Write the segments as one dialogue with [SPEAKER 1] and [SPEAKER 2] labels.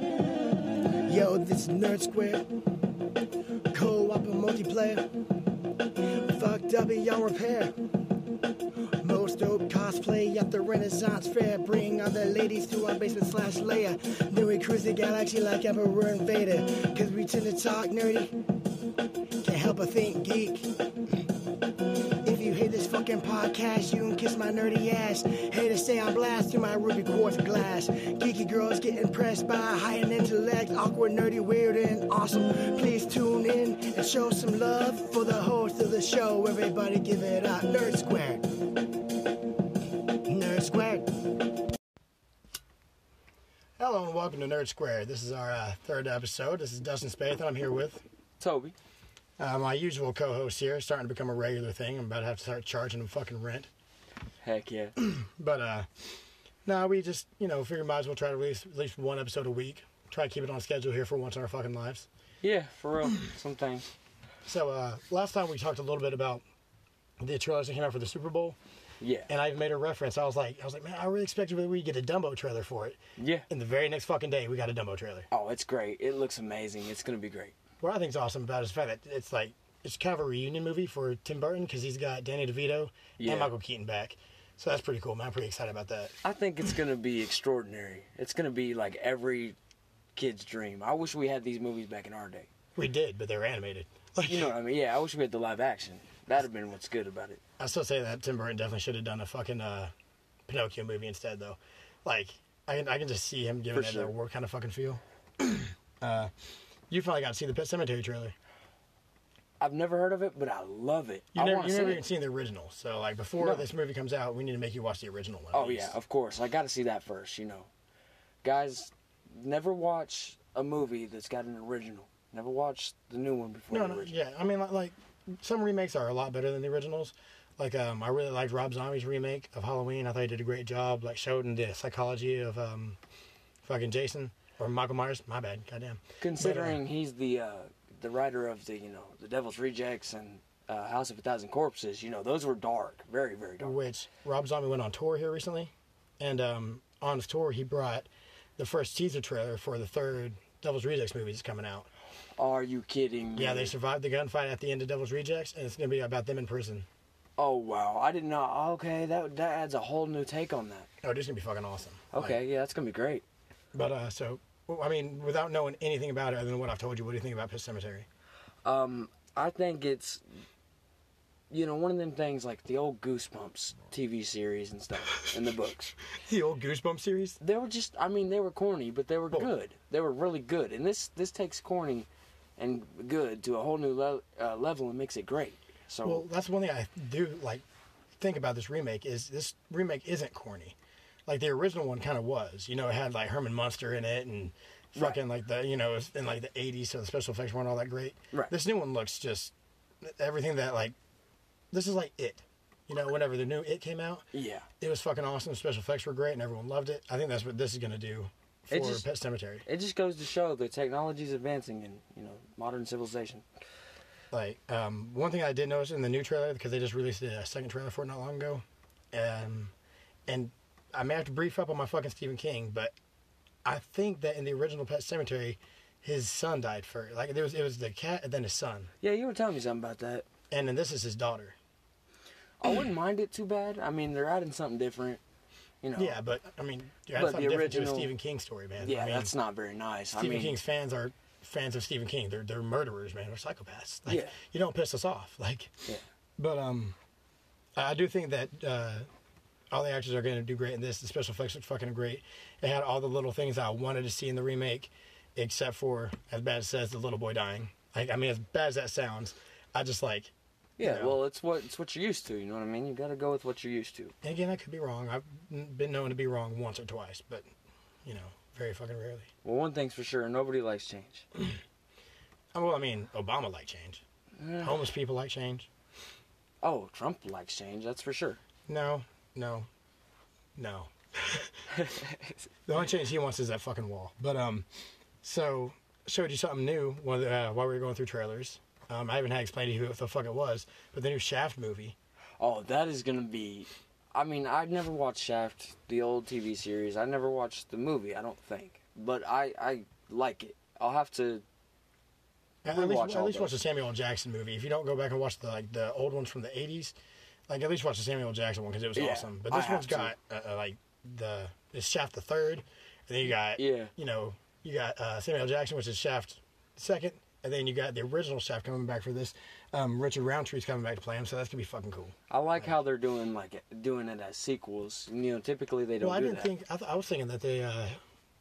[SPEAKER 1] Yo, this is Nerd Square. Co-op and multiplayer. Fucked up beyond repair. Most dope cosplay at the Renaissance Fair. Bring all the ladies to our basement slash layer. Then we cruise the galaxy like Emperor and Vader. Cause we tend to talk nerdy. Can't help but think geek. If you hate this fucking podcast, you can kiss my nerdy ass. Haters stay on blast through my ruby quartz glass. Geeky girls get impressed by high in intellect, awkward, nerdy, weird, and awesome. Please tune in and show some love for the host of the show. Everybody give it up. Nerd Square. Nerd Square. Hello and welcome to Nerd Square. This is our uh, third episode. This is Dustin Spath, and I'm here with
[SPEAKER 2] Toby.
[SPEAKER 1] uh, my usual co-host here. Starting to become a regular thing. I'm about to have to start charging him fucking rent.
[SPEAKER 2] Heck yeah.
[SPEAKER 1] But uh no, we just, you know, figure might as well try to release at least one episode a week. Try to keep it on schedule here for once in our fucking lives.
[SPEAKER 2] Yeah, for real. Sometimes.
[SPEAKER 1] So uh last time we talked a little bit about the trailers that came out for the Super Bowl,
[SPEAKER 2] Yeah.
[SPEAKER 1] and I even made a reference. I was like, I was like, man, I really expected that we get a Dumbo trailer for it.
[SPEAKER 2] Yeah.
[SPEAKER 1] And the very next fucking day, we got a Dumbo trailer.
[SPEAKER 2] Oh, it's great. It looks amazing. It's gonna be great.
[SPEAKER 1] What I think's awesome about it is the fact that it's like it's kind of a reunion movie for Tim Burton because he's got Danny DeVito
[SPEAKER 2] Yeah.
[SPEAKER 1] and Michael Keaton back. So that's pretty cool, man. I'm pretty excited about that.
[SPEAKER 2] I think it's gonna be extraordinary. It's gonna be like every kid's dream. I wish we had these movies back in our day.
[SPEAKER 1] We did, but they were animated. Like,
[SPEAKER 2] You know what I mean? Yeah, I wish we had the live action. That'd have been what's good about it.
[SPEAKER 1] I still say that Tim Burton definitely should have done a fucking uh, Pinocchio movie instead, though. Like, I can, I can just see him giving
[SPEAKER 2] For
[SPEAKER 1] it a
[SPEAKER 2] sure.
[SPEAKER 1] war kind of fucking feel. uh, you finally got to see the Pet Cemetery trailer.
[SPEAKER 2] I've never heard of it, but I love it.
[SPEAKER 1] You
[SPEAKER 2] I
[SPEAKER 1] never,
[SPEAKER 2] wanna
[SPEAKER 1] you never
[SPEAKER 2] see
[SPEAKER 1] even
[SPEAKER 2] it.
[SPEAKER 1] seen the original. So, like, before
[SPEAKER 2] No.
[SPEAKER 1] this movie comes out, we need to make you watch the original one. at
[SPEAKER 2] Oh
[SPEAKER 1] least.
[SPEAKER 2] yeah, of course. I gotta see that first, you know. Guys, never watch a movie that's got an original. Never watch the new one before
[SPEAKER 1] No,
[SPEAKER 2] the
[SPEAKER 1] no,
[SPEAKER 2] original.
[SPEAKER 1] yeah. I mean, like, like, some remakes are a lot better than the originals. Like, um, I really liked Rob Zombie's remake of Halloween. I thought he did a great job, like, showing the psychology of um, fucking Jason or Michael Myers. My bad, goddamn. uh,
[SPEAKER 2] Considering he's the uh, the writer of the you know the Devil's Rejects and uh, House of a Thousand Corpses, you know those were dark, very very dark.
[SPEAKER 1] which Rob Zombie went on tour here recently, and um, on his tour he brought the first teaser trailer for the third Devil's Rejects movie that's coming out.
[SPEAKER 2] Are you kidding me?
[SPEAKER 1] Yeah, they survived the gunfight at the end of Devil's Rejects, and it's gonna be about them in prison.
[SPEAKER 2] Oh wow, I did not. Okay, that that adds a whole new take on that.
[SPEAKER 1] Oh, this is gonna be fucking awesome.
[SPEAKER 2] Okay,
[SPEAKER 1] Like,
[SPEAKER 2] yeah, that's gonna be great.
[SPEAKER 1] but uh, so well, I mean, without knowing anything about it other than what I've told you, what do you think about Pet Cemetery?
[SPEAKER 2] Um, I think it's you know one of them things like the old Goosebumps TV series and stuff and the books.
[SPEAKER 1] The old Goosebumps series.
[SPEAKER 2] They were just I mean they were corny, but they were
[SPEAKER 1] Well-
[SPEAKER 2] good. They were really good, and this this takes corny and good to a whole new le- uh, level and makes it great. So
[SPEAKER 1] Well, that's one thing I do like think about this remake is this remake isn't corny. Like the original one kind of was. You know, it had like Herman Munster in it and fucking like the you know, it was in like the 80s so the special effects weren't all that great.
[SPEAKER 2] Right.
[SPEAKER 1] This new one looks just everything that like this is like it. You know, whenever the new it came out,
[SPEAKER 2] yeah,
[SPEAKER 1] it was fucking awesome. The special effects were great and everyone loved it. I think that's what this is going to do for
[SPEAKER 2] It just-
[SPEAKER 1] Pet Cemetery.
[SPEAKER 2] it just goes to show that technology is advancing in you know modern civilization.
[SPEAKER 1] Like um, one thing I did notice in the new trailer because they just released a second trailer for it not long ago, um, and I may have to brief up on my fucking Stephen King, but I think that in the original Pet Cemetery, his son died first. Like there was it was the cat and then his son,
[SPEAKER 2] Yeah, you were telling me something about that.
[SPEAKER 1] and then this is his daughter.
[SPEAKER 2] I wouldn't mind it too bad. I mean they're adding something different. You know.
[SPEAKER 1] Yeah, but I mean, that's
[SPEAKER 2] Oh. But
[SPEAKER 1] something
[SPEAKER 2] the
[SPEAKER 1] different to a
[SPEAKER 2] original-
[SPEAKER 1] Stephen King story, man.
[SPEAKER 2] Yeah,
[SPEAKER 1] I mean,
[SPEAKER 2] that's not very nice.
[SPEAKER 1] Stephen
[SPEAKER 2] I mean,
[SPEAKER 1] King's fans are fans of Stephen King. They're they're murderers, man. They're psychopaths. Like,
[SPEAKER 2] Yeah.
[SPEAKER 1] you don't piss us off, like.
[SPEAKER 2] yeah.
[SPEAKER 1] But um, I I do think that uh, all the actors are going to do great in this. The special effects are fucking great. It had all the little things I wanted to see in the remake, except for as bad as it says the little boy dying. Like I mean, as bad as that sounds, I just like.
[SPEAKER 2] Yeah,
[SPEAKER 1] you know.
[SPEAKER 2] well, it's what it's what you're used to. You know what I mean? You got to go with what you're used to.
[SPEAKER 1] And again, I could be wrong. I've n- been known to be wrong once or twice, but you know, very fucking rarely.
[SPEAKER 2] Well, one thing's for sure, nobody likes change.
[SPEAKER 1] Uh, Well, I mean, Obama like change. Homeless people like change.
[SPEAKER 2] Oh, Trump likes change. That's for sure.
[SPEAKER 1] No, no, no. the only change he wants is that fucking wall. But um, so showed you something new while, uh, while we were going through trailers. Um, I haven't had explained to you who the fuck it was, but the new Shaft movie.
[SPEAKER 2] Oh, that is gonna be. I mean, I've never watched Shaft, the old TV series. I never watched the movie. I don't think, but I I like it. I'll have to.
[SPEAKER 1] At least,
[SPEAKER 2] Rewatch
[SPEAKER 1] at
[SPEAKER 2] all
[SPEAKER 1] least watch
[SPEAKER 2] those.
[SPEAKER 1] the Samuel L. Jackson movie. If you don't go back and watch the like the old ones from the '80s, like at least watch the Samuel L. Jackson one because it was
[SPEAKER 2] Yeah,
[SPEAKER 1] awesome. But
[SPEAKER 2] I
[SPEAKER 1] this
[SPEAKER 2] have
[SPEAKER 1] one's
[SPEAKER 2] to.
[SPEAKER 1] got uh, uh, like the it's Shaft the third, and then you got
[SPEAKER 2] Yeah.
[SPEAKER 1] you know you got uh, Samuel L. Jackson, which is Shaft second, and then you got the original Shaft coming back for this. Um, Richard Roundtree's coming back to play him, so that's gonna be fucking cool.
[SPEAKER 2] I like how they're doing like doing it as sequels. You know, typically they don't
[SPEAKER 1] Well, I
[SPEAKER 2] do
[SPEAKER 1] didn't
[SPEAKER 2] that.
[SPEAKER 1] think I, th- I was thinking that the uh,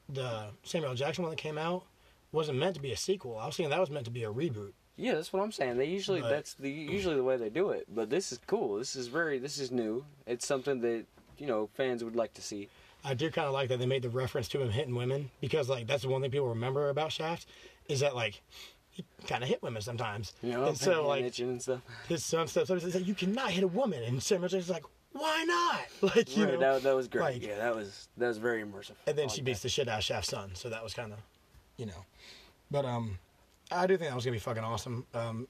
[SPEAKER 1] the Samuel L. Jackson one that came out wasn't meant to be a sequel. I was thinking that was meant to be a reboot.
[SPEAKER 2] Yeah, that's what I'm saying. They usually
[SPEAKER 1] But-
[SPEAKER 2] that's the usually the way they do it. But this is cool. This is very this is new. It's something that you know fans would like to see.
[SPEAKER 1] I do kind of like that they made the reference to him hitting women because like that's the one thing people remember about Shaft is that like he kind of hit women sometimes.
[SPEAKER 2] You know,
[SPEAKER 1] and so like
[SPEAKER 2] itching and stuff.
[SPEAKER 1] his son steps up and says, "You cannot hit a woman," and Samuel Jackson's like, "Why not?" Like you
[SPEAKER 2] Right,
[SPEAKER 1] know.
[SPEAKER 2] that, that was great.
[SPEAKER 1] like-
[SPEAKER 2] yeah, that was that was very immersive.
[SPEAKER 1] and then
[SPEAKER 2] I
[SPEAKER 1] she
[SPEAKER 2] like
[SPEAKER 1] beats the shit out of Shaft's son. So that was kind of, you know, but um, I do think that was gonna be fucking awesome. Um,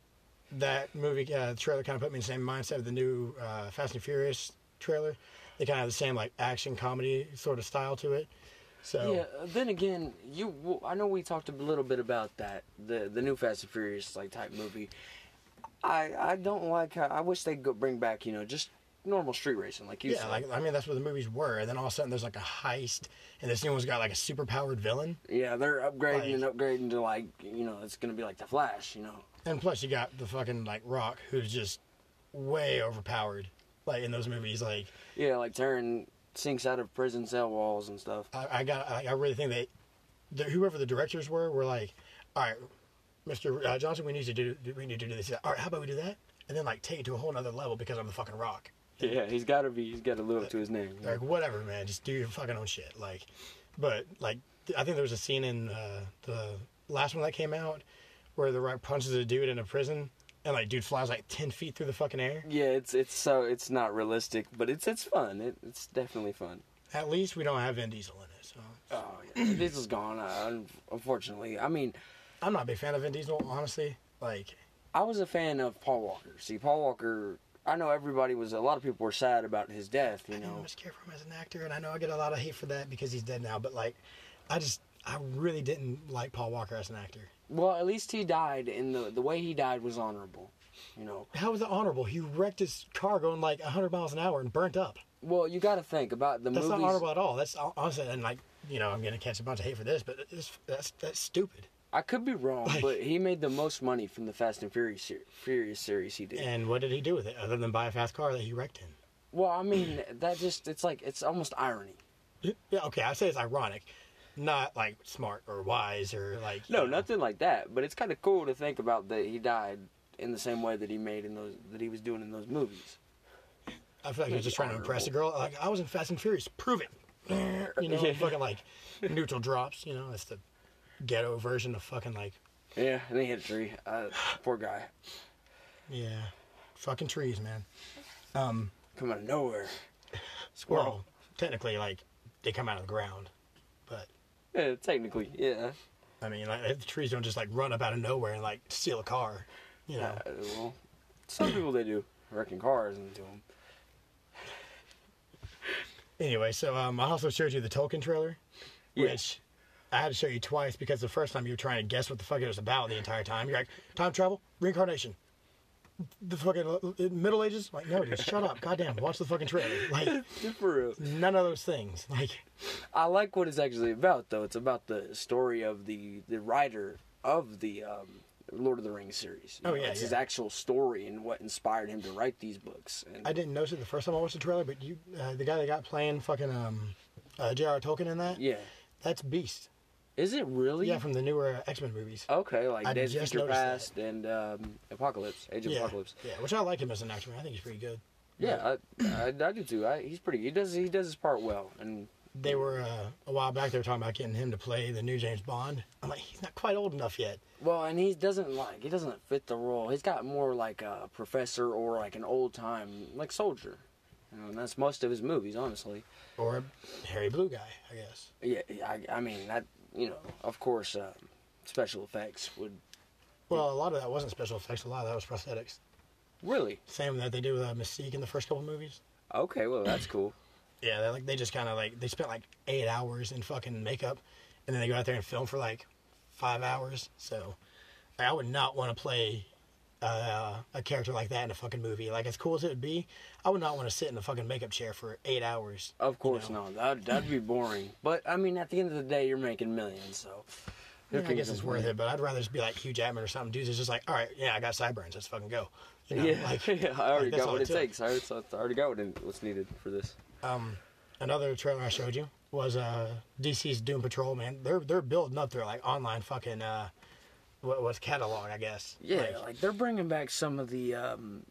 [SPEAKER 1] that movie uh, trailer kind of put me in the same mindset of the new uh, Fast and Furious trailer. They kind of have the same like action comedy sort of style to it.
[SPEAKER 2] that.
[SPEAKER 1] So
[SPEAKER 2] Yeah. uh, Then again, you well, I know we talked a little bit about that the the new Fast and Furious like type movie. I I don't like. How, I wish they go bring back you know just normal street racing like you
[SPEAKER 1] Yeah,
[SPEAKER 2] said.
[SPEAKER 1] like I mean, that's what the movies were. And then all of a sudden, there's like a heist, and this new one's got like a superpowered villain.
[SPEAKER 2] yeah, they're upgrading and upgrading to like you know it's gonna be like the Flash. You know.
[SPEAKER 1] And plus, you got the fucking like Rock, who's just way overpowered. Like in those movies, like
[SPEAKER 2] Yeah, like tearing sinks out of prison cell walls and stuff.
[SPEAKER 1] I, I got, I, I really think they, the, whoever the directors were, were like, all right, Mister uh, Johnson, we need to do, we need to do this. All right, how about we do that? And then like take it to a whole nother level because I'm the fucking Rock.
[SPEAKER 2] Yeah, he's got to be. He's got to live up to his name.
[SPEAKER 1] Like whatever, man, just do your fucking own shit. Like, but like I think there was a scene in uh, the last one that came out where the rock punches a dude in a prison, and like dude flies like ten feet through the fucking air.
[SPEAKER 2] Yeah, it's it's so it's not realistic, but it's it's fun. It, it's definitely fun.
[SPEAKER 1] At least we don't have Vin Diesel in it. So
[SPEAKER 2] Oh, yeah. this is gone. Uh, un- unfortunately, I mean,
[SPEAKER 1] I'm not a big fan of Vin Diesel, honestly. Like,
[SPEAKER 2] I was a fan of Paul Walker. See, Paul Walker. I know everybody was. A lot of people were sad about his death. You
[SPEAKER 1] I
[SPEAKER 2] know.
[SPEAKER 1] was care for him as an actor, and I know I get a lot of hate for that because he's dead now. But like, I just I really didn't like Paul Walker as an actor.
[SPEAKER 2] Well, at least he died, and the the way he died was honorable. You know.
[SPEAKER 1] How was it honorable? He wrecked his car going like 100 miles an hour and burnt up.
[SPEAKER 2] Well, you got to think about the
[SPEAKER 1] That's
[SPEAKER 2] movies.
[SPEAKER 1] not honorable at all. That's honestly, and like, you know, I'm gonna catch a bunch of hate for this, but it's, that's that's stupid.
[SPEAKER 2] I could be wrong, but he made the most money from the Fast and Furious ser- Furious series he did.
[SPEAKER 1] And what did he do with it other than buy a fast car that he wrecked in?
[SPEAKER 2] Well, I mean, that just it's like it's almost irony.
[SPEAKER 1] Yeah, okay, I say it's ironic, not like smart or wise or like. you
[SPEAKER 2] No,
[SPEAKER 1] know.
[SPEAKER 2] nothing like that, but it's kind of cool to think about that he died in the same way that he made in those that he was doing in those movies.
[SPEAKER 1] I feel like he was just trying to impress a girl. Like I was in Fast and Furious, prove it. You know,
[SPEAKER 2] Yeah.
[SPEAKER 1] fucking like neutral drops. You know, that's the ghetto version of fucking like
[SPEAKER 2] Yeah, and he hit a tree. Uh, poor guy,
[SPEAKER 1] yeah, fucking trees, man.
[SPEAKER 2] come out of nowhere.
[SPEAKER 1] Well,
[SPEAKER 2] Squirrel.
[SPEAKER 1] technically, like they come out of the ground, but
[SPEAKER 2] Yeah, Eh, technically, yeah.
[SPEAKER 1] I mean, like the trees don't just like run up out of nowhere and like steal a car. You know,
[SPEAKER 2] Uh, well, some people they do wrecking cars into them.
[SPEAKER 1] Anyway, so um, I also showed you the Tolkien trailer,
[SPEAKER 2] Yeah.
[SPEAKER 1] which I had to show you twice because the first time you were trying to guess what the fuck it was about the entire time. You're like, time travel, reincarnation, the fucking uh, Middle Ages. Like, no, dude, shut up, goddamn, watch the fucking trailer. Like,
[SPEAKER 2] For real.
[SPEAKER 1] none of those things. Like,
[SPEAKER 2] I like what it's actually about, though. It's about the story of the the writer of the um, Lord of the Rings series. You
[SPEAKER 1] Oh, yeah,
[SPEAKER 2] it's his
[SPEAKER 1] yeah.
[SPEAKER 2] actual story and what inspired him to write these books. And
[SPEAKER 1] I didn't notice it the first time I watched the trailer, but you, uh, the guy that got playing fucking um, uh, J.R. Tolkien in that,
[SPEAKER 2] yeah,
[SPEAKER 1] that's Beast.
[SPEAKER 2] is it really?
[SPEAKER 1] Yeah, from the newer X Men movies.
[SPEAKER 2] okay, like
[SPEAKER 1] I
[SPEAKER 2] Days of
[SPEAKER 1] just
[SPEAKER 2] Future
[SPEAKER 1] noticed
[SPEAKER 2] Past and um, Apocalypse, Age of
[SPEAKER 1] yeah,
[SPEAKER 2] Apocalypse.
[SPEAKER 1] yeah, which I like him as an actor. I think he's pretty good.
[SPEAKER 2] Yeah, I, I, I do too. I, he's pretty. He does he does his part well, and
[SPEAKER 1] they were uh, a while back. They were talking about getting him to play the new James Bond. I'm like, he's not quite old enough yet.
[SPEAKER 2] well, and he doesn't like he doesn't fit the role. He's got more like a professor or like an old time like soldier. You know, and that's most of his movies, honestly.
[SPEAKER 1] Or Harry Blue guy, I guess.
[SPEAKER 2] Yeah, I, I mean, that you know, of course, uh, special effects would
[SPEAKER 1] Well, a lot of that wasn't special effects. A lot of that was prosthetics.
[SPEAKER 2] really
[SPEAKER 1] Same that they do with uh, Mystique in the first couple movies.
[SPEAKER 2] okay. Well, that's cool.
[SPEAKER 1] Yeah, they like they just kind of like they spent like eight hours in fucking makeup, and then they go out there and film for like five hours. So I would not want to play uh, a character like that in a fucking movie. Like as cool as it would be, I would not want to sit in a fucking makeup chair for eight hours.
[SPEAKER 2] Of course,
[SPEAKER 1] You know?
[SPEAKER 2] no. That, that'd be boring. But, I mean, at the end of the day, you're making millions, so.
[SPEAKER 1] Yeah, I guess it's worth it, but I'd rather just be like Hugh Jackman or something. Dudes is just like, all right, yeah, I got sideburns. Let's fucking go. You know,
[SPEAKER 2] yeah,
[SPEAKER 1] like-
[SPEAKER 2] yeah, I already
[SPEAKER 1] like, that's
[SPEAKER 2] got
[SPEAKER 1] all
[SPEAKER 2] what
[SPEAKER 1] it
[SPEAKER 2] it
[SPEAKER 1] took.
[SPEAKER 2] takes. I already, I already got what it- what's needed for this.
[SPEAKER 1] um, another trailer I showed you was uh, DC's Doom Patrol. Man, they're they're building up their like online fucking uh, what was catalog, I guess.
[SPEAKER 2] Yeah,
[SPEAKER 1] Like,
[SPEAKER 2] like, they're bringing back some of the um,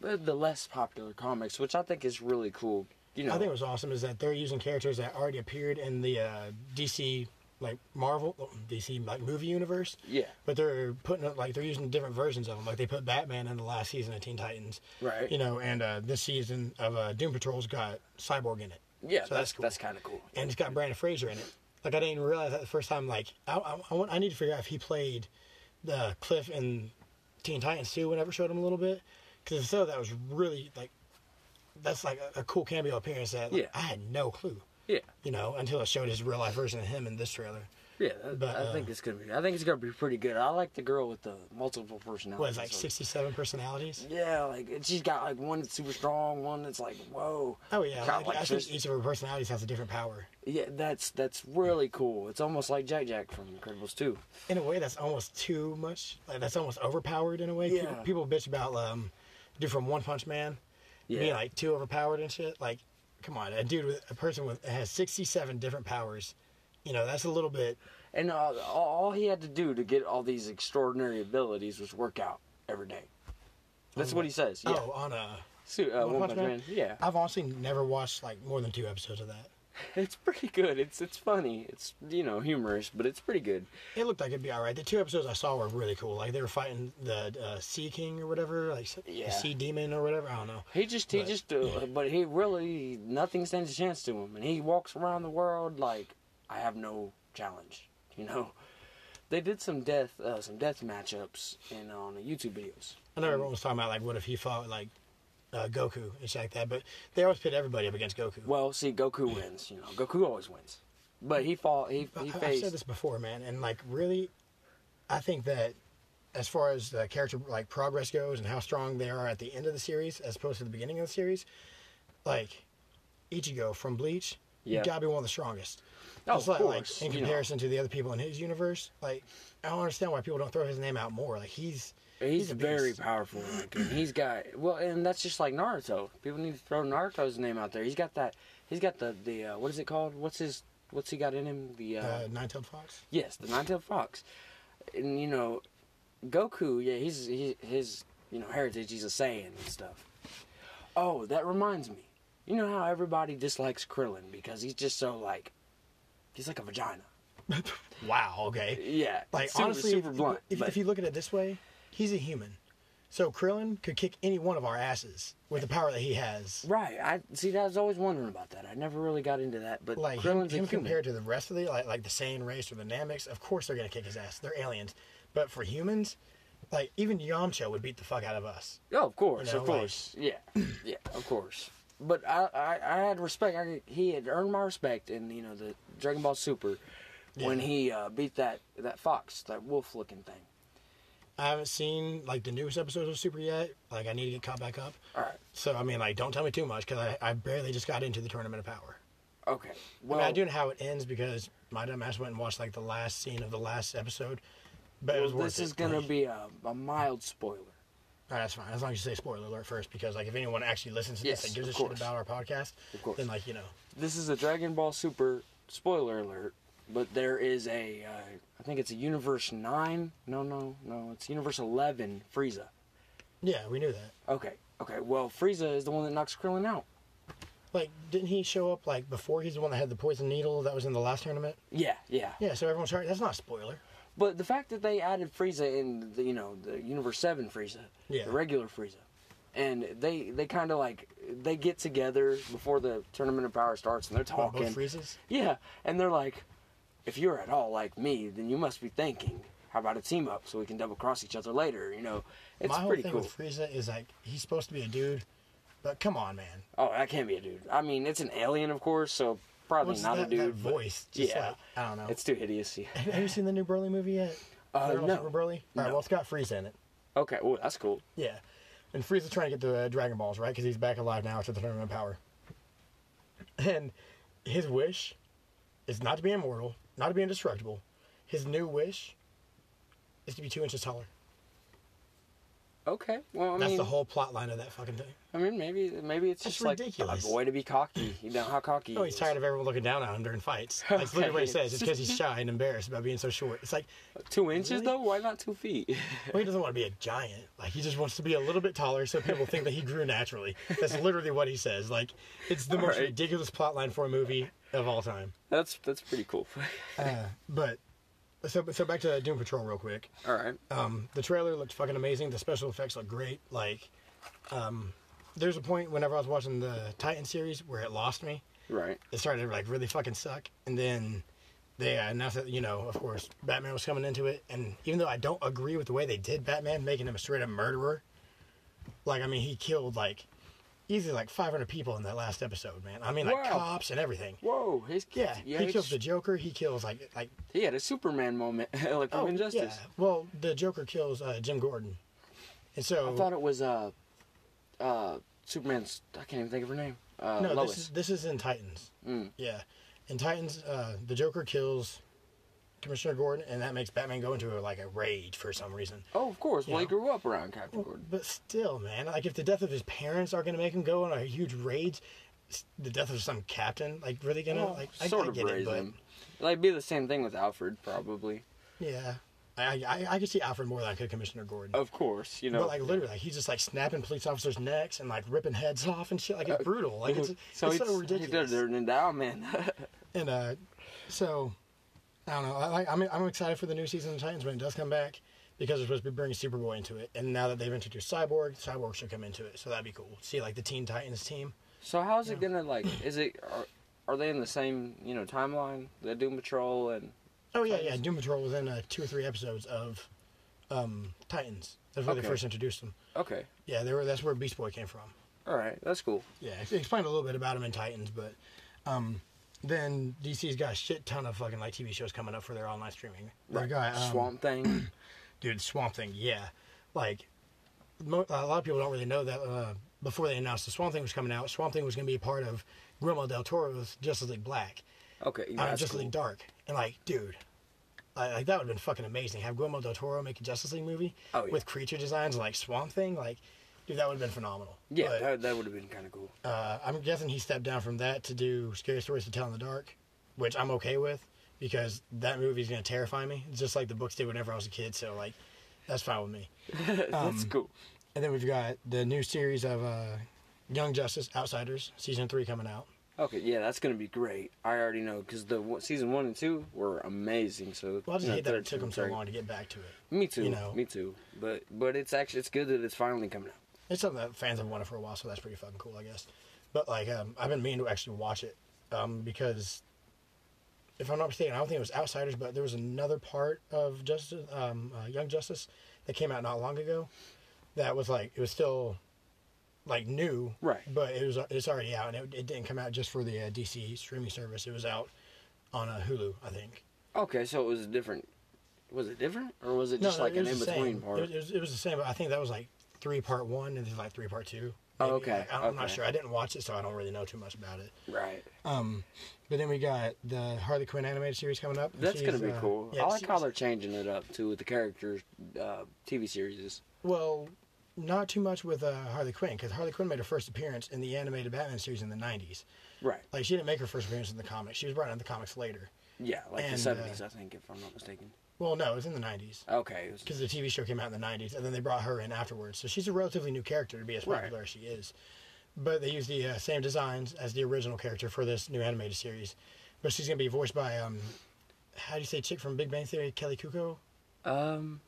[SPEAKER 2] the the less popular comics, which I think is really cool. You know,
[SPEAKER 1] I think what's awesome is that they're using characters that already appeared in the uh, DC like Marvel DC like movie universe.
[SPEAKER 2] Yeah.
[SPEAKER 1] But they're putting it like they're using different versions of them. Like they put Batman in the last season of Teen Titans.
[SPEAKER 2] Right.
[SPEAKER 1] You know, and uh, this season of uh, Doom Patrol's got Cyborg in it.
[SPEAKER 2] yeah, that's
[SPEAKER 1] so that's cool.
[SPEAKER 2] that's kind of cool.
[SPEAKER 1] and it's got Brandon Fraser in it. Like I didn't even realize that the first time. Like I, I, I, want, I need to figure out if he played the Cliff in Teen Titans too. Whenever showed him a little bit, because if so, that was really like that's like a, a cool cameo appearance that like,
[SPEAKER 2] Yeah.
[SPEAKER 1] I had no clue.
[SPEAKER 2] Yeah,
[SPEAKER 1] You know, until it showed his real life version of him in this trailer.
[SPEAKER 2] yeah. that-
[SPEAKER 1] But,
[SPEAKER 2] I
[SPEAKER 1] uh,
[SPEAKER 2] think it's gonna be. I think it's gonna be pretty good. I like the girl with the multiple personalities.
[SPEAKER 1] What is it, like
[SPEAKER 2] Like,
[SPEAKER 1] sixty-seven personalities?
[SPEAKER 2] Yeah, like and she's got like one that's super strong, one that's like whoa.
[SPEAKER 1] Oh yeah,
[SPEAKER 2] Kinda
[SPEAKER 1] like, I
[SPEAKER 2] like
[SPEAKER 1] think
[SPEAKER 2] this-
[SPEAKER 1] each of her personalities has a different power.
[SPEAKER 2] yeah, that's that's really cool. It's almost like Jack Jack from Incredibles two.
[SPEAKER 1] in a way that's almost too much. Like that's almost overpowered in a way.
[SPEAKER 2] Yeah.
[SPEAKER 1] People, people bitch about um, dude from One Punch Man
[SPEAKER 2] Yeah.
[SPEAKER 1] being like too overpowered and shit. Like, come on, a dude with a person with has sixty seven different powers. You know, that's a little bit.
[SPEAKER 2] And uh, all- all he had to do to get all these extraordinary abilities was work out every day. That's what he says. Yeah.
[SPEAKER 1] Oh, on a
[SPEAKER 2] Su- uh, One Punch Man. Yeah,
[SPEAKER 1] I've honestly never watched like more than two episodes of that.
[SPEAKER 2] it's pretty good. It's it's funny. It's you know humorous, but it's pretty good.
[SPEAKER 1] It looked like it'd be all right. The two episodes I saw were really cool. Like they were fighting the uh, Sea King or whatever, like s-
[SPEAKER 2] Yeah.
[SPEAKER 1] the Sea Demon or whatever. I don't know.
[SPEAKER 2] He just he
[SPEAKER 1] But-
[SPEAKER 2] just uh, but he really nothing stands a chance to him, and he walks around the world like I have no challenge. You know, they did some death uh, some death matchups in on the YouTube videos.
[SPEAKER 1] I know everyone was talking about like what if he fought like uh, Goku and shit like that, but they always pit everybody up against Goku.
[SPEAKER 2] Well, see, Goku wins. You know, Goku always wins. But he fought. He
[SPEAKER 1] I-
[SPEAKER 2] he
[SPEAKER 1] I've said
[SPEAKER 2] faced.
[SPEAKER 1] this before, man, and like really, I think that as far as the character like progress goes and how strong they are at the end of the series as opposed to the beginning of the series, like Ichigo from Bleach,
[SPEAKER 2] Yeah.
[SPEAKER 1] you gotta be one of the strongest.
[SPEAKER 2] Oh,
[SPEAKER 1] Just
[SPEAKER 2] of
[SPEAKER 1] like, like,
[SPEAKER 2] course,
[SPEAKER 1] in
[SPEAKER 2] you know.
[SPEAKER 1] comparison to the other people in his universe, like I don't understand why people don't throw his name out more. Like he's
[SPEAKER 2] He's
[SPEAKER 1] a
[SPEAKER 2] very
[SPEAKER 1] beast.
[SPEAKER 2] powerful. Like, and he's got well, and that's just like Naruto. People need to throw Naruto's name out there. He's got that. He's got the the uh, what is it called? What's his? What's he got in him? The uh,
[SPEAKER 1] uh, nine-tailed fox.
[SPEAKER 2] yes, the nine-tailed fox. And you know, Goku. Yeah, he's he, his you know heritage. He's a Saiyan and stuff. Oh, that reminds me. You know how everybody dislikes Krillin because he's just so like, he's like a vagina.
[SPEAKER 1] Wow. Okay.
[SPEAKER 2] Yeah,
[SPEAKER 1] Like
[SPEAKER 2] super,
[SPEAKER 1] honestly,
[SPEAKER 2] super
[SPEAKER 1] if-
[SPEAKER 2] blunt.
[SPEAKER 1] If,
[SPEAKER 2] but-
[SPEAKER 1] if you look at it this way, he's a human. So Krillin could kick any one of our asses with the power that he has.
[SPEAKER 2] Right. I see. I was always wondering about that. I never really got into that. But
[SPEAKER 1] Like him,
[SPEAKER 2] Krillin's
[SPEAKER 1] him
[SPEAKER 2] a human.
[SPEAKER 1] compared to the rest of the like, like the Saiyan race or the Namex, of course they're gonna kick his ass. They're aliens. But for humans, like even Yamcha would beat the fuck out of us.
[SPEAKER 2] oh, of course,
[SPEAKER 1] you know,
[SPEAKER 2] of
[SPEAKER 1] like-
[SPEAKER 2] course. yeah, yeah, of course. But I, I, I had respect. I, he had earned my respect in you know the Dragon Ball Super when
[SPEAKER 1] Yeah.
[SPEAKER 2] he uh, beat that that fox, that wolf looking thing.
[SPEAKER 1] I haven't seen like the newest episodes of Super yet. Like I need to get caught back up.
[SPEAKER 2] All right.
[SPEAKER 1] So I mean, like don't tell me too much because I, I barely just got into the Tournament of Power.
[SPEAKER 2] Okay.
[SPEAKER 1] I,
[SPEAKER 2] Well,
[SPEAKER 1] mean, I do know how it ends because my dumbass went and watched like the last scene of the last episode. But it was
[SPEAKER 2] well,
[SPEAKER 1] worth
[SPEAKER 2] this
[SPEAKER 1] it.
[SPEAKER 2] is gonna
[SPEAKER 1] Like,
[SPEAKER 2] be a, a mild spoiler.
[SPEAKER 1] All right, that's fine. As long as you say spoiler alert first, because like if anyone actually listens to
[SPEAKER 2] Yes,
[SPEAKER 1] this and gives a
[SPEAKER 2] of
[SPEAKER 1] shit
[SPEAKER 2] course.
[SPEAKER 1] about our podcast,
[SPEAKER 2] Of course.
[SPEAKER 1] then like you know,
[SPEAKER 2] This is a Dragon Ball Super spoiler alert. But there is a, uh, I think it's a Universe Nine. No, no, no. It's Universe Eleven. Frieza.
[SPEAKER 1] yeah, we knew that.
[SPEAKER 2] Okay, okay. Well, Frieza is the one that knocks Krillin out.
[SPEAKER 1] Like, didn't he show up like before? He's the one that had the poison needle that was in the last tournament.
[SPEAKER 2] Yeah, yeah.
[SPEAKER 1] Yeah, so everyone's trying. That's not a spoiler.
[SPEAKER 2] But the fact that they added Frieza in the you know the Universe Seven Frieza,
[SPEAKER 1] Yeah.
[SPEAKER 2] the regular Frieza, and they they kind of like they get together before the Tournament of Power starts and they're
[SPEAKER 1] About
[SPEAKER 2] talking.
[SPEAKER 1] both freezes.
[SPEAKER 2] Yeah, and they're like, if you're at all like me, then you must be thinking. How about a team up so we can double cross each other later? You know, it's
[SPEAKER 1] my whole
[SPEAKER 2] pretty
[SPEAKER 1] thing
[SPEAKER 2] cool.
[SPEAKER 1] with Frieza is like he's supposed to be a dude, but come on, man.
[SPEAKER 2] Oh, that can't be a dude. I mean, it's an alien, of course, so probably
[SPEAKER 1] What's
[SPEAKER 2] not
[SPEAKER 1] that,
[SPEAKER 2] a dude.
[SPEAKER 1] that
[SPEAKER 2] but
[SPEAKER 1] voice? Just
[SPEAKER 2] yeah.
[SPEAKER 1] like, I don't know.
[SPEAKER 2] It's too hideous. Yeah.
[SPEAKER 1] Have you seen the new Broly movie yet?
[SPEAKER 2] Uh,
[SPEAKER 1] Marvel's
[SPEAKER 2] no.
[SPEAKER 1] Super Broly. All right, well, it's got Frieza in it.
[SPEAKER 2] Okay. Well, that's cool.
[SPEAKER 1] Yeah, and Frieza's trying to get the uh, Dragon Balls right because he's back alive now after the tournament of power. And his wish is not to be immortal, not to be indestructible. His new wish is to be two inches taller.
[SPEAKER 2] Okay. Well, I
[SPEAKER 1] That's
[SPEAKER 2] mean,
[SPEAKER 1] the whole plot line of that fucking thing.
[SPEAKER 2] I mean, maybe maybe it's
[SPEAKER 1] That's
[SPEAKER 2] just like
[SPEAKER 1] ridiculous.
[SPEAKER 2] a boy to be cocky. You know how cocky.
[SPEAKER 1] Oh,
[SPEAKER 2] he
[SPEAKER 1] he's
[SPEAKER 2] is.
[SPEAKER 1] tired of everyone looking down on him during fights. Like, look at what he says. It's because he's shy and embarrassed about being so short. It's like,
[SPEAKER 2] Two inches
[SPEAKER 1] Really?
[SPEAKER 2] though. Why not two feet?
[SPEAKER 1] well, he doesn't want to be a giant. Like, he just wants to be a little bit taller so people think that he grew naturally. That's literally what he says. Like, it's the most
[SPEAKER 2] Alright.
[SPEAKER 1] ridiculous plot line for a movie of all time.
[SPEAKER 2] that's that's pretty cool.
[SPEAKER 1] Uh, but, so, so back to Doom Patrol real quick.
[SPEAKER 2] All right.
[SPEAKER 1] Um, the trailer looked fucking amazing. The special effects look great. Like, um, there's a point whenever I was watching the Titan series where it lost me.
[SPEAKER 2] Right.
[SPEAKER 1] it started to like really fucking suck. And then they uh, announced that you know, of course, Batman was coming into it. And even though I don't agree with the way they did Batman, making him a straight up murderer, like I mean, he killed like easily like 500 people in that last episode, man. I mean, like
[SPEAKER 2] Wow.
[SPEAKER 1] cops and everything.
[SPEAKER 2] Whoa. He's
[SPEAKER 1] Yeah, he
[SPEAKER 2] he's-
[SPEAKER 1] kills the Joker. He kills like like
[SPEAKER 2] He had a Superman moment, like from Injustice.
[SPEAKER 1] Oh, yeah. Well, the Joker kills uh, Jim Gordon, and so
[SPEAKER 2] I thought it was uh, uh, Superman's. I can't even think of her name. Uh,
[SPEAKER 1] no,
[SPEAKER 2] Lois.
[SPEAKER 1] this is this is in Titans.
[SPEAKER 2] Mm.
[SPEAKER 1] Yeah, in Titans, uh, the Joker kills Commissioner Gordon, and that makes Batman go into like a rage for some reason.
[SPEAKER 2] Oh, of course. Well, he
[SPEAKER 1] Yeah.
[SPEAKER 2] grew up around Captain Gordon.
[SPEAKER 1] But still, man, like if the death of his parents are gonna make him go on a huge rage, s- the death of some captain, like really gonna like I,
[SPEAKER 2] Oh, sort
[SPEAKER 1] I
[SPEAKER 2] of
[SPEAKER 1] get it,
[SPEAKER 2] raised
[SPEAKER 1] but
[SPEAKER 2] him. Like be the same thing with Alfred, probably.
[SPEAKER 1] yeah, I I, I could see Alfred more than I could Commissioner Gordon.
[SPEAKER 2] Of course, you know.
[SPEAKER 1] But like literally, like he's just like snapping police officers' necks and like ripping heads off and shit. Like it's brutal. Like it's,
[SPEAKER 2] Uh, so
[SPEAKER 1] it's,
[SPEAKER 2] he's,
[SPEAKER 1] so
[SPEAKER 2] he's
[SPEAKER 1] ridiculous.
[SPEAKER 2] an endowment.
[SPEAKER 1] And uh, so I don't know. I, like- I'm I'm excited for the new season of Titans when it does come back because they're supposed to be bringing Superboy into it. And now that they've introduced Cyborg, Cyborg should come into it. So that'd be cool. See like the Teen Titans team.
[SPEAKER 2] so how's it gonna like? Is it? Are, are they in the same you know timeline? The Doom Patrol and
[SPEAKER 1] Oh yeah, yeah. Doom Patrol was in uh, two or three episodes of um, Titans. That's where
[SPEAKER 2] Okay.
[SPEAKER 1] they first introduced them.
[SPEAKER 2] okay,
[SPEAKER 1] Yeah, they were. That's where Beast Boy came from.
[SPEAKER 2] all right, that's cool.
[SPEAKER 1] Yeah, ex- explained a little bit about him in Titans, but um, then DC's got a shit ton of fucking like TV shows coming up for their online streaming. They got, um,
[SPEAKER 2] Swamp Thing.
[SPEAKER 1] dude, Swamp Thing. Yeah, like mo- a lot of people don't really know that uh, before they announced the Swamp Thing was coming out, Swamp Thing was going to be part of Guillermo del Toro's Justice League Black. uh,
[SPEAKER 2] Okay,
[SPEAKER 1] I mean,
[SPEAKER 2] that's
[SPEAKER 1] Justice
[SPEAKER 2] cool.
[SPEAKER 1] League Dark. And like, dude, I, like that would have been fucking amazing. Have Guillermo del Toro make a Justice League movie
[SPEAKER 2] Oh, yeah.
[SPEAKER 1] with creature designs and, like Swamp Thing, like, dude, that would have been phenomenal.
[SPEAKER 2] Yeah,
[SPEAKER 1] But,
[SPEAKER 2] that, that would have been kind of cool.
[SPEAKER 1] uh, I'm guessing he stepped down from that to do Scary Stories to Tell in the Dark, which I'm okay with because that movie's gonna terrify me, just like the books did whenever I was a kid. So like, that's fine with me. um,
[SPEAKER 2] that's cool.
[SPEAKER 1] And then we've got the new series of uh, Young Justice Outsiders season three coming out.
[SPEAKER 2] Okay, yeah, that's gonna be great. I already know because the one- season one and two were amazing. So
[SPEAKER 1] Well, I just
[SPEAKER 2] you know,
[SPEAKER 1] hate that
[SPEAKER 2] third
[SPEAKER 1] it took him
[SPEAKER 2] season's
[SPEAKER 1] so
[SPEAKER 2] already-
[SPEAKER 1] long to get back to it.
[SPEAKER 2] Me too.
[SPEAKER 1] you know.
[SPEAKER 2] Me too. But but it's actually it's good that it's finally coming out.
[SPEAKER 1] It's something that fans have wanted for a while, so that's pretty fucking cool, I guess. But like, um, I've been meaning to actually watch it um, because, if I'm not mistaken, I don't think it was Outsiders, but there was another part of Justice, um, uh, Young Justice, that came out not long ago, that was like it was still, like new,
[SPEAKER 2] Right.
[SPEAKER 1] But it was uh, it's already out, and it, it didn't come out just for the uh, DC streaming service. It was out on uh, Hulu, I think.
[SPEAKER 2] Okay, so it was a different. Was it different or was it just like
[SPEAKER 1] it
[SPEAKER 2] an in
[SPEAKER 1] was the
[SPEAKER 2] between
[SPEAKER 1] same.
[SPEAKER 2] part?
[SPEAKER 1] It was, it, was, it was the same, but I think that was like three part one, and there's like three part two.
[SPEAKER 2] Oh,
[SPEAKER 1] maybe.
[SPEAKER 2] okay,
[SPEAKER 1] Like, I'm I'm not
[SPEAKER 2] okay.
[SPEAKER 1] sure. I didn't watch it, so I don't really know too much about it.
[SPEAKER 2] right.
[SPEAKER 1] Um, but then we got the Harley Quinn animated series coming up. and
[SPEAKER 2] That's gonna
[SPEAKER 1] she's,
[SPEAKER 2] be
[SPEAKER 1] uh,
[SPEAKER 2] cool.
[SPEAKER 1] yeah,
[SPEAKER 2] I like
[SPEAKER 1] she's-
[SPEAKER 2] how they're changing it up too with the characters, uh, TV series.
[SPEAKER 1] Well, not too much with uh, Harley Quinn because Harley Quinn made her first appearance in the animated Batman series in the '90s.
[SPEAKER 2] Right.
[SPEAKER 1] Like she didn't make her first appearance in the comics. She was brought in the comics later.
[SPEAKER 2] Yeah, like the
[SPEAKER 1] And, uh,
[SPEAKER 2] seventies, I think, if I'm not mistaken.
[SPEAKER 1] Well, no, it was in the '90s
[SPEAKER 2] Okay. it was-
[SPEAKER 1] because the TV show came out in the '90s, and then they brought her in afterwards. So she's a relatively new character to be as
[SPEAKER 2] Right.
[SPEAKER 1] popular as she is. But they use the uh, same designs as the original character for this new animated series, but she's gonna be voiced by um, how do you say chick from Big Bang Theory, Kelly Kuko?
[SPEAKER 2] um,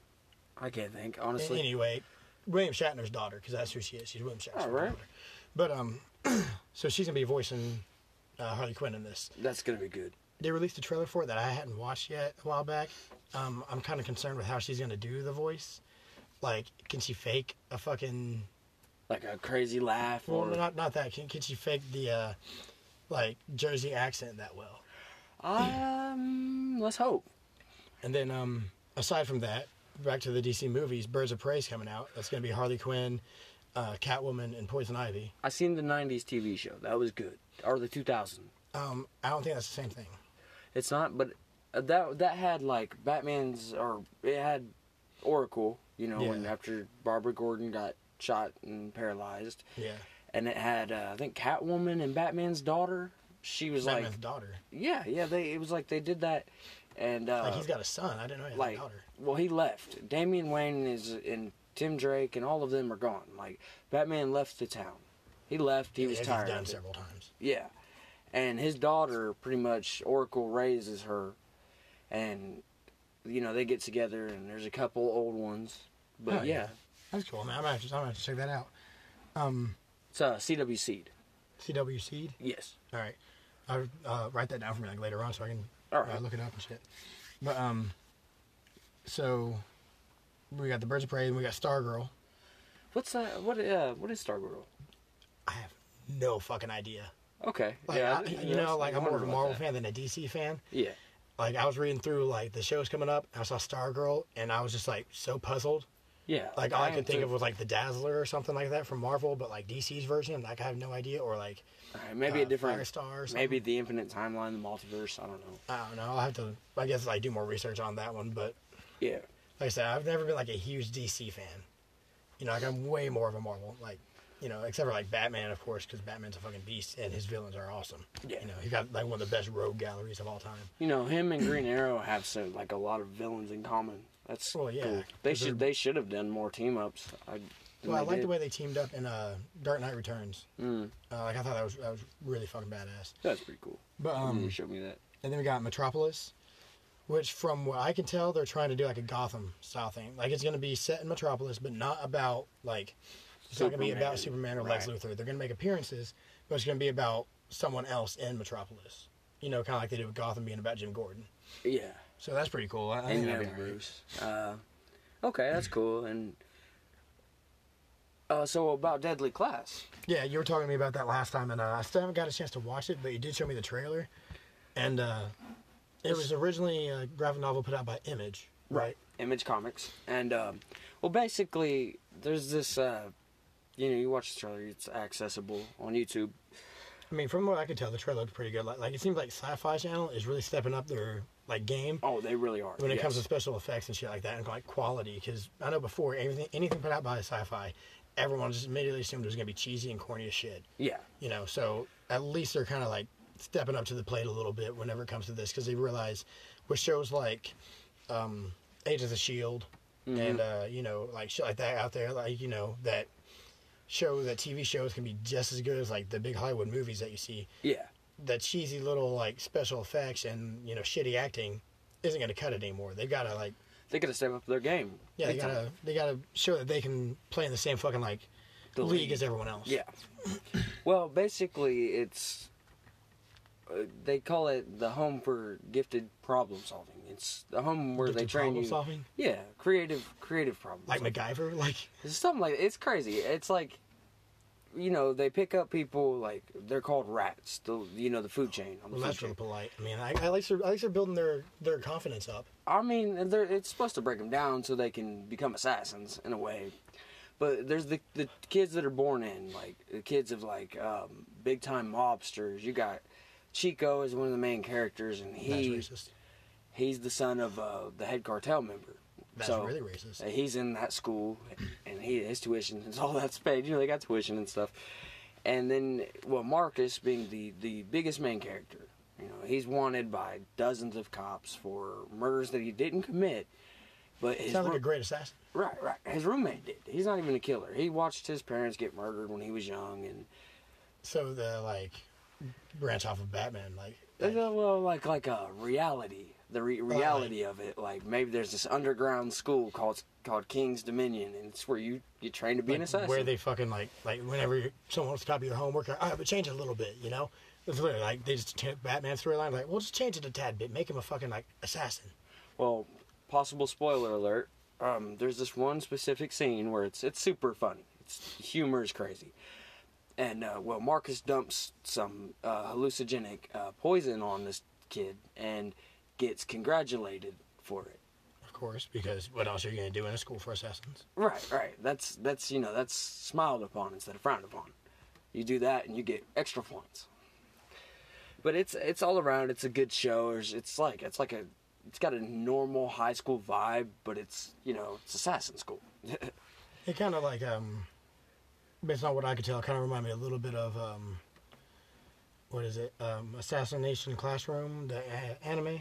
[SPEAKER 2] I can't think honestly.
[SPEAKER 1] Anyway, William Shatner's daughter, because that's who she is. She's William Shatner's
[SPEAKER 2] All right.
[SPEAKER 1] daughter. But um, so she's gonna be voicing uh, Harley Quinn in this.
[SPEAKER 2] That's gonna be good.
[SPEAKER 1] They released a trailer for it that I hadn't watched yet a while back. Um, I'm kind of concerned with how she's gonna do the voice. Like, can she fake a fucking?
[SPEAKER 2] Like a crazy laugh
[SPEAKER 1] Well,
[SPEAKER 2] or
[SPEAKER 1] not not that. Can, can she fake the uh, like Jersey accent that well.
[SPEAKER 2] Um, let's hope.
[SPEAKER 1] And then, um, aside from that, back to the DC movies, Birds of Prey's coming out. That's going to be Harley Quinn, uh, Catwoman, and Poison Ivy.
[SPEAKER 2] I seen the '90s TV show. That was good. Or the 2000.
[SPEAKER 1] Um, I don't think that's the same thing.
[SPEAKER 2] It's not, but uh, that that had like Batman's or it had Oracle. You know, when
[SPEAKER 1] Yeah.
[SPEAKER 2] after Barbara Gordon got shot and paralyzed,
[SPEAKER 1] Yeah,
[SPEAKER 2] and it had uh, I think Catwoman and Batman's daughter. She was
[SPEAKER 1] Batman's
[SPEAKER 2] like,
[SPEAKER 1] daughter.
[SPEAKER 2] yeah, yeah. They it was like they did that, and uh,
[SPEAKER 1] Like he's got a son. I didn't know he had
[SPEAKER 2] like
[SPEAKER 1] a daughter.
[SPEAKER 2] well he left damian wayne is and tim drake and all of them are gone like batman left the town he left he was
[SPEAKER 1] Yeah,
[SPEAKER 2] tired
[SPEAKER 1] He's
[SPEAKER 2] of
[SPEAKER 1] done
[SPEAKER 2] it.
[SPEAKER 1] several times.
[SPEAKER 2] yeah and his daughter pretty much oracle raises her and you know they get together and there's a couple old ones but yeah.
[SPEAKER 1] Oh, yeah. That's cool, man. I'm gonna have to, I'm gonna have to check that out. Um,
[SPEAKER 2] it's uh, cw seed
[SPEAKER 1] CW Seed.
[SPEAKER 2] yes
[SPEAKER 1] All right, I'll uh, write that down for me like later on so I can
[SPEAKER 2] All right.
[SPEAKER 1] uh, look it up and shit. But um, so we got the Birds of Prey and we got Stargirl.
[SPEAKER 2] what's that what uh what is stargirl
[SPEAKER 1] I have no fucking idea.
[SPEAKER 2] okay
[SPEAKER 1] Like,
[SPEAKER 2] yeah
[SPEAKER 1] I,
[SPEAKER 2] I-
[SPEAKER 1] you know,
[SPEAKER 2] was
[SPEAKER 1] like I'm more of
[SPEAKER 2] wondering
[SPEAKER 1] a
[SPEAKER 2] about
[SPEAKER 1] Marvel
[SPEAKER 2] that.
[SPEAKER 1] fan than a DC fan.
[SPEAKER 2] yeah
[SPEAKER 1] Like I was reading through like the shows coming up, and I saw Stargirl, and I was just like so puzzled.
[SPEAKER 2] yeah
[SPEAKER 1] Like all I
[SPEAKER 2] am
[SPEAKER 1] could think
[SPEAKER 2] too.
[SPEAKER 1] of was like the Dazzler or something like that from Marvel, but like DC's version, like I have no idea. Or like
[SPEAKER 2] All right, maybe a
[SPEAKER 1] uh,
[SPEAKER 2] different
[SPEAKER 1] Firestar or
[SPEAKER 2] maybe
[SPEAKER 1] something.
[SPEAKER 2] the infinite timeline the multiverse i don't know
[SPEAKER 1] I don't know. I'll have to. I guess I do more research on that one, but
[SPEAKER 2] yeah
[SPEAKER 1] like I said, I've never been like a huge DC fan. You know, like I'm way more of a Marvel, like you know, except for like Batman, of course, because Batman's a fucking beast and his villains are awesome.
[SPEAKER 2] Yeah.
[SPEAKER 1] You know, he got like one of the best rogue galleries of all time.
[SPEAKER 2] You know, him and Green Arrow have some like a lot of villains in common. That's
[SPEAKER 1] Well, yeah,
[SPEAKER 2] cool. They
[SPEAKER 1] 'cause
[SPEAKER 2] should
[SPEAKER 1] they're-
[SPEAKER 2] they should have done more team ups. I, than
[SPEAKER 1] Well, I
[SPEAKER 2] they
[SPEAKER 1] like the
[SPEAKER 2] did.
[SPEAKER 1] way they teamed up in uh, Dark Knight Returns.
[SPEAKER 2] Mm,
[SPEAKER 1] Uh, like I thought that was that was really fucking badass.
[SPEAKER 2] that's pretty cool.
[SPEAKER 1] But um,
[SPEAKER 2] you showed me that.
[SPEAKER 1] and then we got Metropolis, which from what I can tell, they're trying to do like a Gotham style thing. Like it's gonna be set in Metropolis, but not about like it's not gonna be about
[SPEAKER 2] Superman,
[SPEAKER 1] Superman or Lex
[SPEAKER 2] right.
[SPEAKER 1] Luthor. They're gonna make appearances, but it's gonna be about someone else in Metropolis. You know, kind of like they did with Gotham being about Jim Gordon.
[SPEAKER 2] Yeah,
[SPEAKER 1] So that's pretty cool. I, I think
[SPEAKER 2] and
[SPEAKER 1] that'd
[SPEAKER 2] young
[SPEAKER 1] be alright.
[SPEAKER 2] Bruce. Uh, okay, that's cool. And uh, so about Deadly Class.
[SPEAKER 1] Yeah, you were talking to me about that last time, and uh, I still haven't got a chance to watch it, but you did show me the trailer, and uh, it was originally a graphic novel put out by Image, right?
[SPEAKER 2] Image Comics, and um, well, basically, there's this. Uh, you know, you watch the trailer; it's accessible on YouTube.
[SPEAKER 1] I mean, from what I could tell, the trailer looked pretty good. Like, like it seems like Sci-Fi Channel is really stepping up their like game
[SPEAKER 2] Oh, they really are.
[SPEAKER 1] when it comes to
[SPEAKER 2] yes.
[SPEAKER 1] special effects and shit like that, and like quality. Because I know before anything anything put out by Sci-Fi, everyone just immediately assumed it was gonna be cheesy and corny as shit.
[SPEAKER 2] yeah,
[SPEAKER 1] You know, so at least they're kind of like stepping up to the plate a little bit whenever it comes to this, because they realize with shows like um, Age of the Shield
[SPEAKER 2] Mm-hmm.
[SPEAKER 1] and uh, you know like shit like that out there, like you know that show that TV shows can be just as good as like the big Hollywood movies that you see
[SPEAKER 2] Mm-hmm. yeah.
[SPEAKER 1] the cheesy little like special effects and you know shitty acting isn't going to cut it anymore. They've got to like
[SPEAKER 2] They gotta step up their game.
[SPEAKER 1] yeah, they
[SPEAKER 2] Big
[SPEAKER 1] got
[SPEAKER 2] time.
[SPEAKER 1] to they got to show that they can play in the same fucking like
[SPEAKER 2] The
[SPEAKER 1] league,
[SPEAKER 2] league.
[SPEAKER 1] as everyone else.
[SPEAKER 2] Yeah. Well, basically, it's uh, they call it the home for gifted problem solving. It's the home where they
[SPEAKER 1] Gifted
[SPEAKER 2] train
[SPEAKER 1] problem
[SPEAKER 2] you.
[SPEAKER 1] solving?
[SPEAKER 2] Yeah, creative, creative problems.
[SPEAKER 1] Like MacGyver, like
[SPEAKER 2] something like it's crazy. It's like you know they pick up people like they're called rats. The you know the food chain. On the
[SPEAKER 1] well,
[SPEAKER 2] food
[SPEAKER 1] that's
[SPEAKER 2] chain.
[SPEAKER 1] really polite. I mean, I, I like they're, I like they're building their their confidence up.
[SPEAKER 2] I mean, they're, it's supposed to break them down so they can become assassins in a way. But there's the the kids that are born in like the kids of like um, big time mobsters. You got Chico is one of the main characters, and
[SPEAKER 1] That's
[SPEAKER 2] he
[SPEAKER 1] racist.
[SPEAKER 2] he's the son of uh, the head cartel member.
[SPEAKER 1] That's
[SPEAKER 2] so
[SPEAKER 1] really racist.
[SPEAKER 2] uh, he's in that school, and he his tuition is all that's paid. You know, they got tuition and stuff. And then, well, Marcus being the the biggest main character, you know, he's wanted by dozens of cops for murders that he didn't commit. But his
[SPEAKER 1] Sounds like
[SPEAKER 2] roo-
[SPEAKER 1] a great assassin.
[SPEAKER 2] right, right, his roommate did. He's not even a killer. He watched his parents get murdered when he was young, and
[SPEAKER 1] So the like branch off of Batman, like
[SPEAKER 2] Uh, well, like like a reality, the re- reality of it. Like maybe there's this underground school called called King's Dominion, and it's where you you train to be an
[SPEAKER 1] like,
[SPEAKER 2] assassin.
[SPEAKER 1] where they fucking like like whenever you- someone wants to copy your homework, all right, but change it a little bit, you know. It's literally like they just took Batman storyline, like well, just change it a tad bit, make him a fucking like assassin.
[SPEAKER 2] Well, possible spoiler alert. Um, there's this one specific scene where it's it's super funny. It's humor is crazy, and uh, well, Marcus dumps some uh, hallucinogenic uh, poison on this kid and gets congratulated for it.
[SPEAKER 1] Of course, because what else are you going to do in a school for assassins?
[SPEAKER 2] Right, right. That's that's you know that's smiled upon instead of frowned upon. You do that and you get extra points. But it's it's all around. It's a good show. It's, it's like it's like a it's got a normal high school vibe, but it's you know it's assassin school.
[SPEAKER 1] It kind of like, um, based on what I could tell, kind of remind me a little bit of, um, what is it? Um, Assassination Classroom, the a- anime.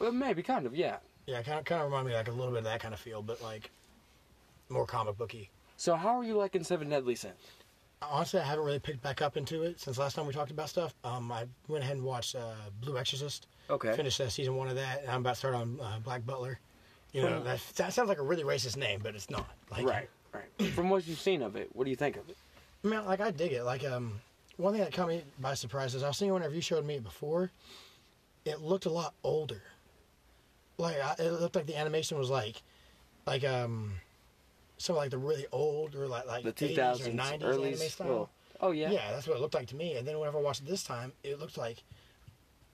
[SPEAKER 2] well, maybe kind of yeah.
[SPEAKER 1] Yeah, kind of kind of remind me like a little bit of that kind of feel, but like more comic booky.
[SPEAKER 2] So how are you liking Seven Deadly Sins?
[SPEAKER 1] Honestly, I haven't really picked back up into it since last time we talked about stuff. Um, I went ahead and watched uh, Blue Exorcist.
[SPEAKER 2] Okay.
[SPEAKER 1] Finished uh, season one of that, and I'm about to start on uh, Black Butler. You know,
[SPEAKER 2] Hmm.
[SPEAKER 1] that, that sounds like a really racist name, but it's not. Like,
[SPEAKER 2] Right, right. From what you've seen of it, what do you think of it?
[SPEAKER 1] I mean, like I dig it. Like um, one thing that caught me by surprise is I've seen whenever you showed me it before, it looked a lot older. Like I, it looked like the animation was like, like um, some like the really old or like like
[SPEAKER 2] The
[SPEAKER 1] 80s
[SPEAKER 2] 2000s,
[SPEAKER 1] or 90s
[SPEAKER 2] early
[SPEAKER 1] anime style.
[SPEAKER 2] well, oh yeah.
[SPEAKER 1] yeah. that's what it looked like to me. And then whenever I watched it this time, it looked like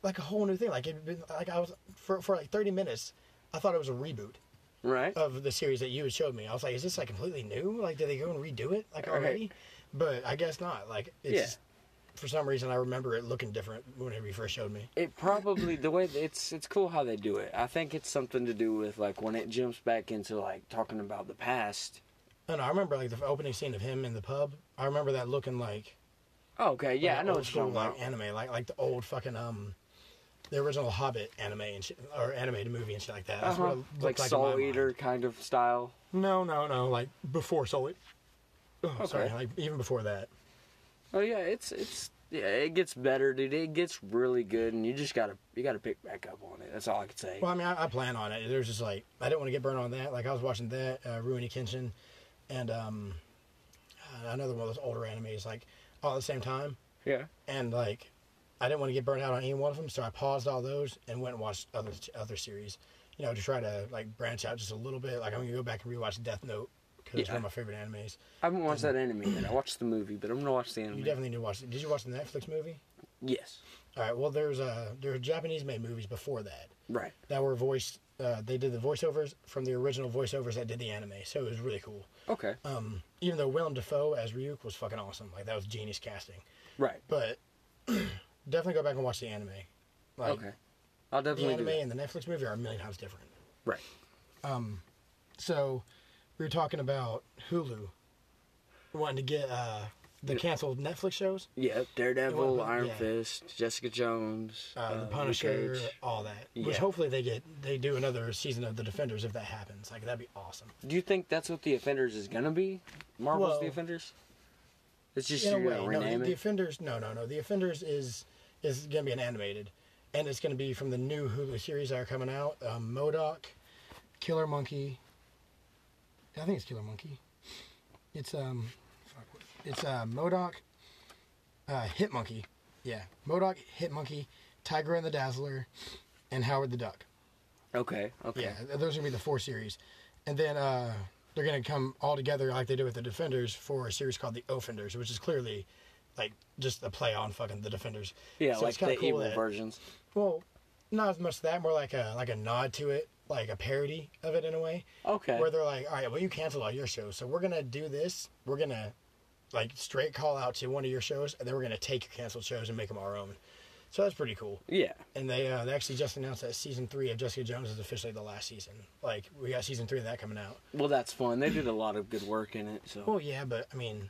[SPEAKER 1] like a whole new thing. Like it'd been like I was for for like thirty minutes, I thought it was a reboot
[SPEAKER 2] Right.
[SPEAKER 1] of the series that you had showed me. I was like, is this like completely new? Like, did they go and redo it like
[SPEAKER 2] Right.
[SPEAKER 1] already? But I guess not. Like, it's
[SPEAKER 2] Yeah.
[SPEAKER 1] just- for some reason I remember it looking different whenever you first showed me.
[SPEAKER 2] It probably the way it's it's cool how they do it. I think it's something to do with like when it jumps back into like talking about the past.
[SPEAKER 1] And I remember like the opening scene of him in the pub. I remember that looking like
[SPEAKER 2] Oh, okay, yeah,
[SPEAKER 1] like
[SPEAKER 2] I know
[SPEAKER 1] old
[SPEAKER 2] what you're talking
[SPEAKER 1] like
[SPEAKER 2] about.
[SPEAKER 1] anime, like like the old fucking um. The original Hobbit anime and shit, or animated movie and shit like that. That's
[SPEAKER 2] Uh-huh.
[SPEAKER 1] what it looked
[SPEAKER 2] Like,
[SPEAKER 1] like, in my
[SPEAKER 2] Soul
[SPEAKER 1] mind.
[SPEAKER 2] Eater kind of style.
[SPEAKER 1] No, no, no. Like before Soul Eater. Oh, sorry.
[SPEAKER 2] Okay.
[SPEAKER 1] Like even before that.
[SPEAKER 2] Oh yeah, it's it's yeah, it gets better, dude. It gets really good, and you just gotta you gotta pick back up on it. That's all I can say.
[SPEAKER 1] Well, I mean, I, I plan on it. There's just like I didn't want to get burnt on that. Like I was watching that uh, Ruini Kenshin, and um, uh, another one of those older animes like all at the same time,
[SPEAKER 2] yeah.
[SPEAKER 1] and like I didn't want to get burnt out on any one of them, so I paused all those and went and watched other other series. You know, to try to like branch out just a little bit. Like I'm gonna go back and rewatch Death Note because it's
[SPEAKER 2] Yeah.
[SPEAKER 1] one of my favorite animes.
[SPEAKER 2] I haven't watched that anime yet. I watched the movie, but I'm gonna watch the anime.
[SPEAKER 1] You definitely need to watch it. Did you watch the Netflix movie?
[SPEAKER 2] yes.
[SPEAKER 1] All right. Well, there's uh there were Japanese made movies before that.
[SPEAKER 2] Right.
[SPEAKER 1] that were voiced. Uh, they did the voiceovers from the original voiceovers that did the anime, so it was really cool.
[SPEAKER 2] Okay.
[SPEAKER 1] Um, even though Willem Dafoe as Ryuk was fucking awesome, like that was genius casting.
[SPEAKER 2] Right.
[SPEAKER 1] But definitely go back and watch the anime. Like
[SPEAKER 2] okay. I'll
[SPEAKER 1] the
[SPEAKER 2] definitely do
[SPEAKER 1] anime
[SPEAKER 2] that.
[SPEAKER 1] and the Netflix movie are a million times different.
[SPEAKER 2] Right.
[SPEAKER 1] So we were talking about Hulu wanting to get uh, the canceled Netflix shows,
[SPEAKER 2] Yeah,
[SPEAKER 1] It
[SPEAKER 2] Daredevil,
[SPEAKER 1] won't-
[SPEAKER 2] Iron
[SPEAKER 1] yeah.
[SPEAKER 2] Fist, Jessica Jones,
[SPEAKER 1] uh, The
[SPEAKER 2] Luke
[SPEAKER 1] Punisher,
[SPEAKER 2] Cage.
[SPEAKER 1] all that. Which
[SPEAKER 2] Yeah.
[SPEAKER 1] hopefully they get they do another season of The Defenders if that happens. Like that'd be awesome.
[SPEAKER 2] Do you think that's what the Offenders is gonna be? Marvel's
[SPEAKER 1] Well,
[SPEAKER 2] the Offenders. It's just
[SPEAKER 1] in a
[SPEAKER 2] you're
[SPEAKER 1] way,
[SPEAKER 2] gonna
[SPEAKER 1] no,
[SPEAKER 2] rename
[SPEAKER 1] the,
[SPEAKER 2] it.
[SPEAKER 1] the offenders. No, no, no. The offenders is is gonna be an animated, and it's gonna be from the new Hulu series that are coming out. Um, Modoc, Killer Monkey. I think it's Killer Monkey. It's um, fuck, what- it's uh, Modoc, uh, Hit Monkey. Yeah, Modoc, Hit Monkey, Tiger and the Dazzler, and Howard the Duck.
[SPEAKER 2] okay. Okay.
[SPEAKER 1] Yeah, th- those are gonna be the four series, and then uh, they're gonna come all together like they did with the Defenders for a series called the Offenders, which is clearly like just a play on fucking the Defenders.
[SPEAKER 2] Yeah,
[SPEAKER 1] So
[SPEAKER 2] like
[SPEAKER 1] it's kinda
[SPEAKER 2] the evil
[SPEAKER 1] that-
[SPEAKER 2] versions.
[SPEAKER 1] Well, not as much that, more like a like a nod to it, like a parody of it in a way,
[SPEAKER 2] Okay.
[SPEAKER 1] where they're like, all right, well you canceled all your shows, so we're gonna do this. We're gonna like straight call out to one of your shows, and then we're gonna take your canceled shows and make them our own. So that's pretty cool
[SPEAKER 2] yeah.
[SPEAKER 1] and they uh, they actually just announced that season three of Jessica Jones is officially the last season. Like we got season three of that coming out.
[SPEAKER 2] Well, that's fun. They did a lot of good work in it. So.
[SPEAKER 1] Well, yeah, but I mean,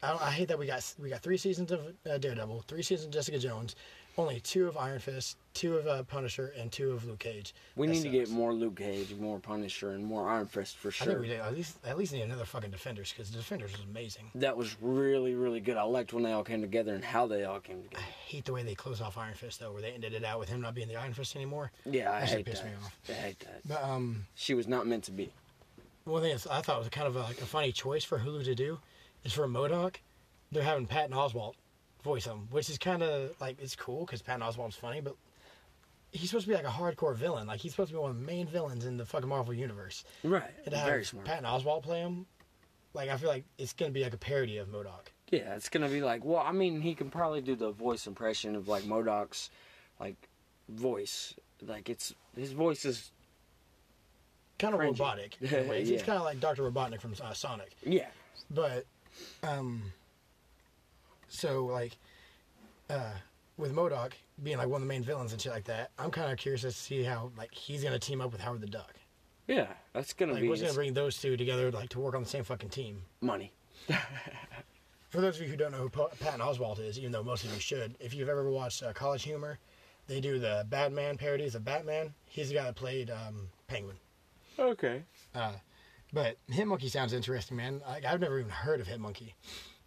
[SPEAKER 1] I, don't- I hate that we got we got three seasons of uh, Daredevil, three seasons of Jessica Jones, only two of Iron Fist, two of uh, Punisher, and two of Luke Cage.
[SPEAKER 2] we
[SPEAKER 1] That
[SPEAKER 2] need to get
[SPEAKER 1] sucks.
[SPEAKER 2] more Luke Cage, more Punisher, and more Iron Fist for
[SPEAKER 1] I
[SPEAKER 2] sure.
[SPEAKER 1] think we did at least at least need another fucking Defenders because Defenders was amazing.
[SPEAKER 2] That was really, really good. I liked when they all came together and how they all came together.
[SPEAKER 1] I hate the way they close off Iron Fist though, where they ended it out with him not being the Iron Fist anymore.
[SPEAKER 2] Yeah, I
[SPEAKER 1] That shit
[SPEAKER 2] hate
[SPEAKER 1] pissed
[SPEAKER 2] that.
[SPEAKER 1] me off.
[SPEAKER 2] I hate that.
[SPEAKER 1] But um,
[SPEAKER 2] She was not meant to be.
[SPEAKER 1] One thing that's- I thought was kind of a, like a funny choice for Hulu to do is for Modoc, they're having Patton Oswalt voice him, which is kind of like it's cool because Patton Oswalt's funny, but he's supposed to be like a hardcore villain. Like he's supposed to be one of the main villains in the fucking Marvel universe.
[SPEAKER 2] Right.
[SPEAKER 1] And to have
[SPEAKER 2] Very smart.
[SPEAKER 1] Patton Oswalt play him, like I feel like it's gonna be like a parody of Modoc.
[SPEAKER 2] Yeah, it's gonna be like, well, I mean, he can probably do the voice impression of like Modoc's, like, voice. Like it's his voice is
[SPEAKER 1] Kind of
[SPEAKER 2] Cringy.
[SPEAKER 1] robotic. in a way. It's
[SPEAKER 2] Yeah.
[SPEAKER 1] kind of like Doctor Robotnik from uh, Sonic.
[SPEAKER 2] yeah.
[SPEAKER 1] But, um, so like, uh, with Modoc being like one of the main villains and shit like that, I'm kind of curious to see how like he's gonna team up with Howard the Duck.
[SPEAKER 2] Yeah, that's gonna
[SPEAKER 1] Like,
[SPEAKER 2] be
[SPEAKER 1] what's gonna
[SPEAKER 2] his
[SPEAKER 1] bring those two together like to work on the same fucking team?
[SPEAKER 2] money.
[SPEAKER 1] For those of you who don't know who Pa- Patton Oswalt is, even though most of you should, if you've ever watched uh, College Humor, they do the Batman parodies of Batman. He's the guy that played um, Penguin.
[SPEAKER 2] Okay.
[SPEAKER 1] Uh, but Hitmonkey sounds interesting, man. Like, I've never even heard of Hitmonkey.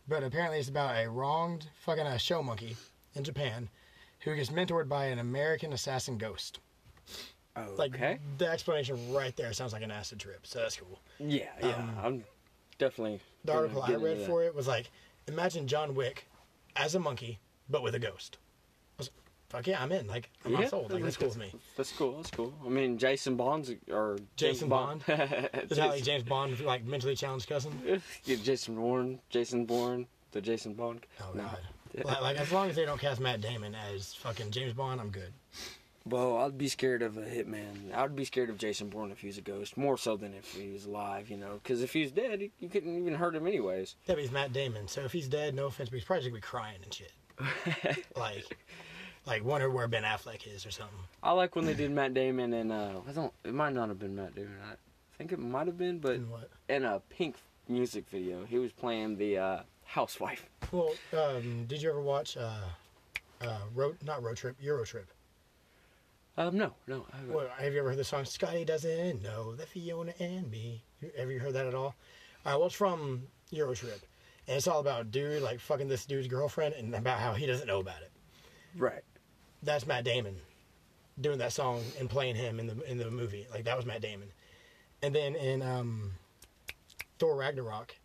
[SPEAKER 1] But apparently, it's about a wronged fucking uh, show monkey in Japan who gets mentored by an American assassin ghost. Like,
[SPEAKER 2] okay.
[SPEAKER 1] the explanation right there sounds like an acid trip, so that's cool.
[SPEAKER 2] Yeah, yeah. I'm definitely.
[SPEAKER 1] um, The
[SPEAKER 2] gonna
[SPEAKER 1] article I
[SPEAKER 2] get into
[SPEAKER 1] read
[SPEAKER 2] that.
[SPEAKER 1] for it was like, imagine John Wick as a monkey, but with a ghost. I was like, fuck yeah, I'm in. Like, I'm
[SPEAKER 2] Yeah,
[SPEAKER 1] sold. Like, that's cool with me.
[SPEAKER 2] That's cool. That's cool. I mean, Jason Bond's or James
[SPEAKER 1] Jason Bond. Is that like
[SPEAKER 2] Jason,
[SPEAKER 1] James Bond, like, mentally challenged cousin?
[SPEAKER 2] yeah, Jason Bourne. Jason Bourne. The Jason Bond.
[SPEAKER 1] Oh,
[SPEAKER 2] No.
[SPEAKER 1] God. Like, like, as long as they don't cast Matt Damon as fucking James Bond, I'm good.
[SPEAKER 2] Well, I'd be scared of a hitman. I'd be scared of Jason Bourne if he was a ghost, more so than if he was alive. You know, because if he was dead, you couldn't even hurt him anyways.
[SPEAKER 1] Yeah, but he's Matt Damon, so if he's dead, no offense, but he's probably just gonna be crying and shit. like, like wonder where Ben Affleck is or something.
[SPEAKER 2] I like when they did Matt Damon and uh, I don't. It might not have been Matt Damon. I think it might have been, but
[SPEAKER 1] And what?
[SPEAKER 2] in a Pink music video, he was playing the uh, housewife.
[SPEAKER 1] Well, um, did you ever watch uh, uh, road not road trip Euro trip?
[SPEAKER 2] Um, no, no, I haven't.
[SPEAKER 1] Well, have you ever heard the song Scotty doesn't know that Fiona and me? You- Have you heard that at all? Uh, well, it's from Euro trip, and it's all about dude like fucking this dude's girlfriend and about how he doesn't know about it.
[SPEAKER 2] right.
[SPEAKER 1] that's Matt Damon doing that song and playing him in the in the movie. Like that was Matt Damon. And then in um, Thor Ragnarok,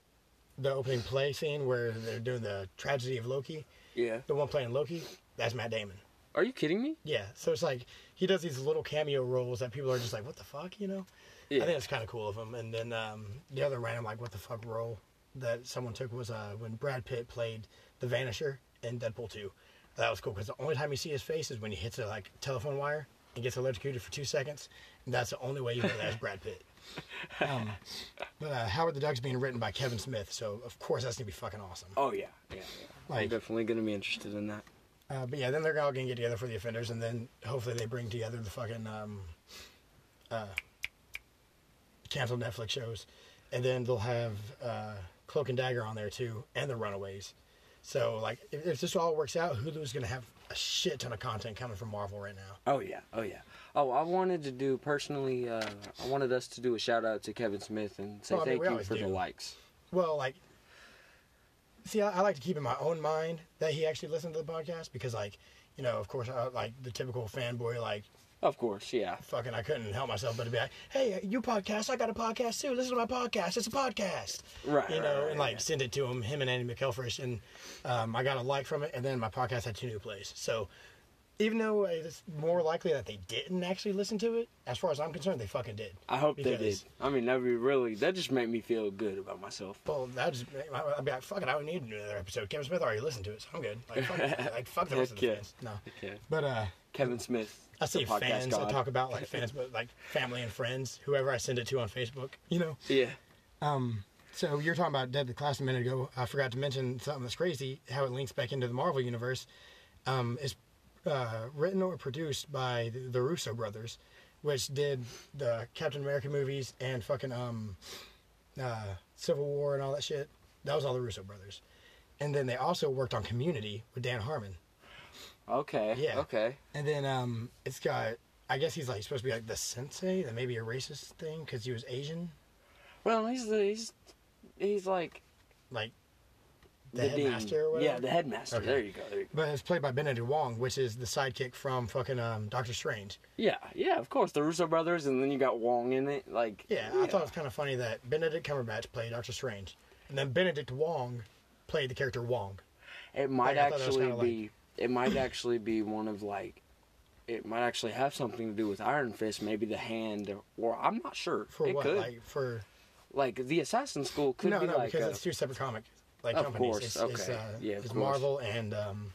[SPEAKER 1] the opening play scene where they're doing the tragedy of Loki,
[SPEAKER 2] Yeah.
[SPEAKER 1] the one playing Loki, that's Matt Damon.
[SPEAKER 2] Are you kidding me?
[SPEAKER 1] Yeah, so it's like he does these little cameo roles that people are just like, "What the fuck," you know? I think it's kind of cool of him. And then um, the other random like, "What the fuck" role that someone took was uh, when Brad Pitt played the Vanisher in Deadpool Two. That was cool because the only time you see his face is when he hits a like telephone wire and gets electrocuted for two seconds, and that's the only way you know that's Brad Pitt. Um, but uh, Howard the Duck's being written by Kevin Smith, so of course that's gonna be fucking awesome.
[SPEAKER 2] Oh yeah, yeah. yeah. I'm
[SPEAKER 1] Like-
[SPEAKER 2] definitely gonna be interested in that.
[SPEAKER 1] Uh, but yeah, then they're all gonna get together for the offenders, and then hopefully they bring together the fucking um, uh, canceled Netflix shows, and then they'll have uh, Cloak and Dagger on there too, and the Runaways. So like, if, if this all works out, Hulu's gonna have a shit ton of content coming from Marvel right now.
[SPEAKER 2] Oh yeah, oh yeah. Oh, I wanted to do personally. Uh, I wanted us to do a shout out to Kevin Smith and say
[SPEAKER 1] Well, Oh, I mean,
[SPEAKER 2] thank
[SPEAKER 1] we
[SPEAKER 2] you
[SPEAKER 1] always
[SPEAKER 2] for the
[SPEAKER 1] do.
[SPEAKER 2] likes.
[SPEAKER 1] Well, like, see, I, I like to keep in my own mind that he actually listened to the podcast because, like, you know, of course, I, like the typical fanboy, like,
[SPEAKER 2] Of course, yeah.
[SPEAKER 1] fucking I couldn't help myself but to be like, hey, uh, you podcast, I got a podcast too. Listen to my podcast. It's a podcast.
[SPEAKER 2] Right,
[SPEAKER 1] You
[SPEAKER 2] right,
[SPEAKER 1] know,
[SPEAKER 2] right,
[SPEAKER 1] and like send it to him, him and Andy McElfresh. And um, I got a like from it. And then my podcast had two new plays. So even though it's more likely that they didn't actually listen to it, as far as I'm concerned, they fucking did.
[SPEAKER 2] I hope they did.
[SPEAKER 1] Because-
[SPEAKER 2] I mean, that'd be really. That just made me feel good about myself.
[SPEAKER 1] Well, that just, I'd be like, fuck it, I don't need another episode. Kevin Smith already listened to it, so I'm good. Like, fuck, it. like, fuck the rest of the
[SPEAKER 2] Okay.
[SPEAKER 1] fans. No.
[SPEAKER 2] Okay.
[SPEAKER 1] But, uh,
[SPEAKER 2] Kevin Smith.
[SPEAKER 1] I see
[SPEAKER 2] the podcast
[SPEAKER 1] fans. I
[SPEAKER 2] god.
[SPEAKER 1] talk about like fans, but like family and friends, whoever I send it to on Facebook, you know.
[SPEAKER 2] Yeah.
[SPEAKER 1] Um, So you're talking about Dead the Class a minute ago. I forgot to mention something that's crazy. How it links back into the Marvel universe. Um, it's uh, written or produced by the, the Russo brothers, which did the Captain America movies and fucking um, uh, Civil War and all that shit. That was all the Russo brothers. And then they also worked on Community with Dan Harmon.
[SPEAKER 2] Okay.
[SPEAKER 1] Yeah.
[SPEAKER 2] Okay.
[SPEAKER 1] And then um, it's got. I guess he's like supposed to be like the sensei. That may be a racist thing because he was Asian.
[SPEAKER 2] Well, he's the he's he's like
[SPEAKER 1] Like
[SPEAKER 2] the,
[SPEAKER 1] The
[SPEAKER 2] dean.
[SPEAKER 1] headmaster or whatever?
[SPEAKER 2] Yeah, the headmaster.
[SPEAKER 1] Okay.
[SPEAKER 2] There you go. There you go.
[SPEAKER 1] But it's played by Benedict Wong, which is the sidekick from fucking um, Doctor Strange.
[SPEAKER 2] Yeah, yeah, of course. The Russo brothers, and then you got Wong in it. Like,
[SPEAKER 1] Yeah, I thought it was kind of funny that Benedict Cumberbatch played Doctor Strange, and then Benedict Wong played the character Wong.
[SPEAKER 2] it might
[SPEAKER 1] like, I thought that was
[SPEAKER 2] actually
[SPEAKER 1] kinda
[SPEAKER 2] be. It might actually be one of like. It might actually have something to do with Iron Fist, maybe the hand, or I'm not sure.
[SPEAKER 1] For
[SPEAKER 2] it
[SPEAKER 1] what?
[SPEAKER 2] could, like,
[SPEAKER 1] Like for
[SPEAKER 2] the Assassin School could
[SPEAKER 1] no,
[SPEAKER 2] be
[SPEAKER 1] no,
[SPEAKER 2] like
[SPEAKER 1] because
[SPEAKER 2] a,
[SPEAKER 1] it's two separate comics. like
[SPEAKER 2] Of
[SPEAKER 1] companies.
[SPEAKER 2] course,
[SPEAKER 1] it's, it's,
[SPEAKER 2] okay.
[SPEAKER 1] uh,
[SPEAKER 2] Yeah, of course.
[SPEAKER 1] it's Marvel and um,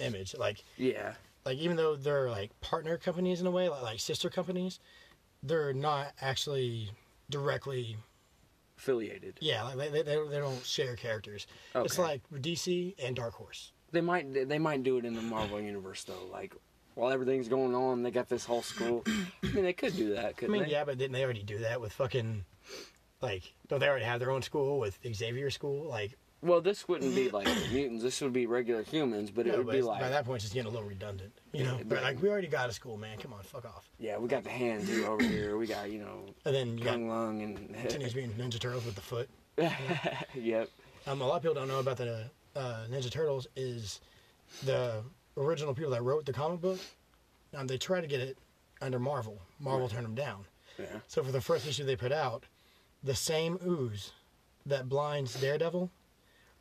[SPEAKER 1] Image. Like
[SPEAKER 2] Yeah.
[SPEAKER 1] like even though they're like partner companies in a way, like, like sister companies, they're not actually directly.
[SPEAKER 2] Affiliated.
[SPEAKER 1] Yeah, like they they, they, don't- they don't share characters. It's
[SPEAKER 2] Okay.
[SPEAKER 1] like DC and Dark Horse.
[SPEAKER 2] They might they might do it in the Marvel universe though. Like while everything's going on, they got this whole school. I mean, they could do that.
[SPEAKER 1] I
[SPEAKER 2] Couldn't
[SPEAKER 1] mean,
[SPEAKER 2] they?
[SPEAKER 1] yeah, but didn't they already do that with fucking? Like, don't they already have their own school with Xavier School? Like,
[SPEAKER 2] Well, this wouldn't be like the mutants. This would be regular humans, but it
[SPEAKER 1] no,
[SPEAKER 2] would
[SPEAKER 1] but
[SPEAKER 2] be
[SPEAKER 1] it's-
[SPEAKER 2] like
[SPEAKER 1] by that point, it's just getting a little redundant. You know,
[SPEAKER 2] Yeah,
[SPEAKER 1] but
[SPEAKER 2] but-
[SPEAKER 1] like we already got a school, man. Come on, fuck off.
[SPEAKER 2] yeah, we got the hand dude over here. We got you know
[SPEAKER 1] And then you got
[SPEAKER 2] Kung Lung and
[SPEAKER 1] continues being Ninja Turtles with the foot.
[SPEAKER 2] yep.
[SPEAKER 1] Um, a lot of people don't know about the uh, Ninja Turtles is the original people that wrote the comic book. Um, they tried to get it under Marvel. Marvel turned them down.
[SPEAKER 2] Yeah.
[SPEAKER 1] So for the first issue they put out, the same ooze that blinds Daredevil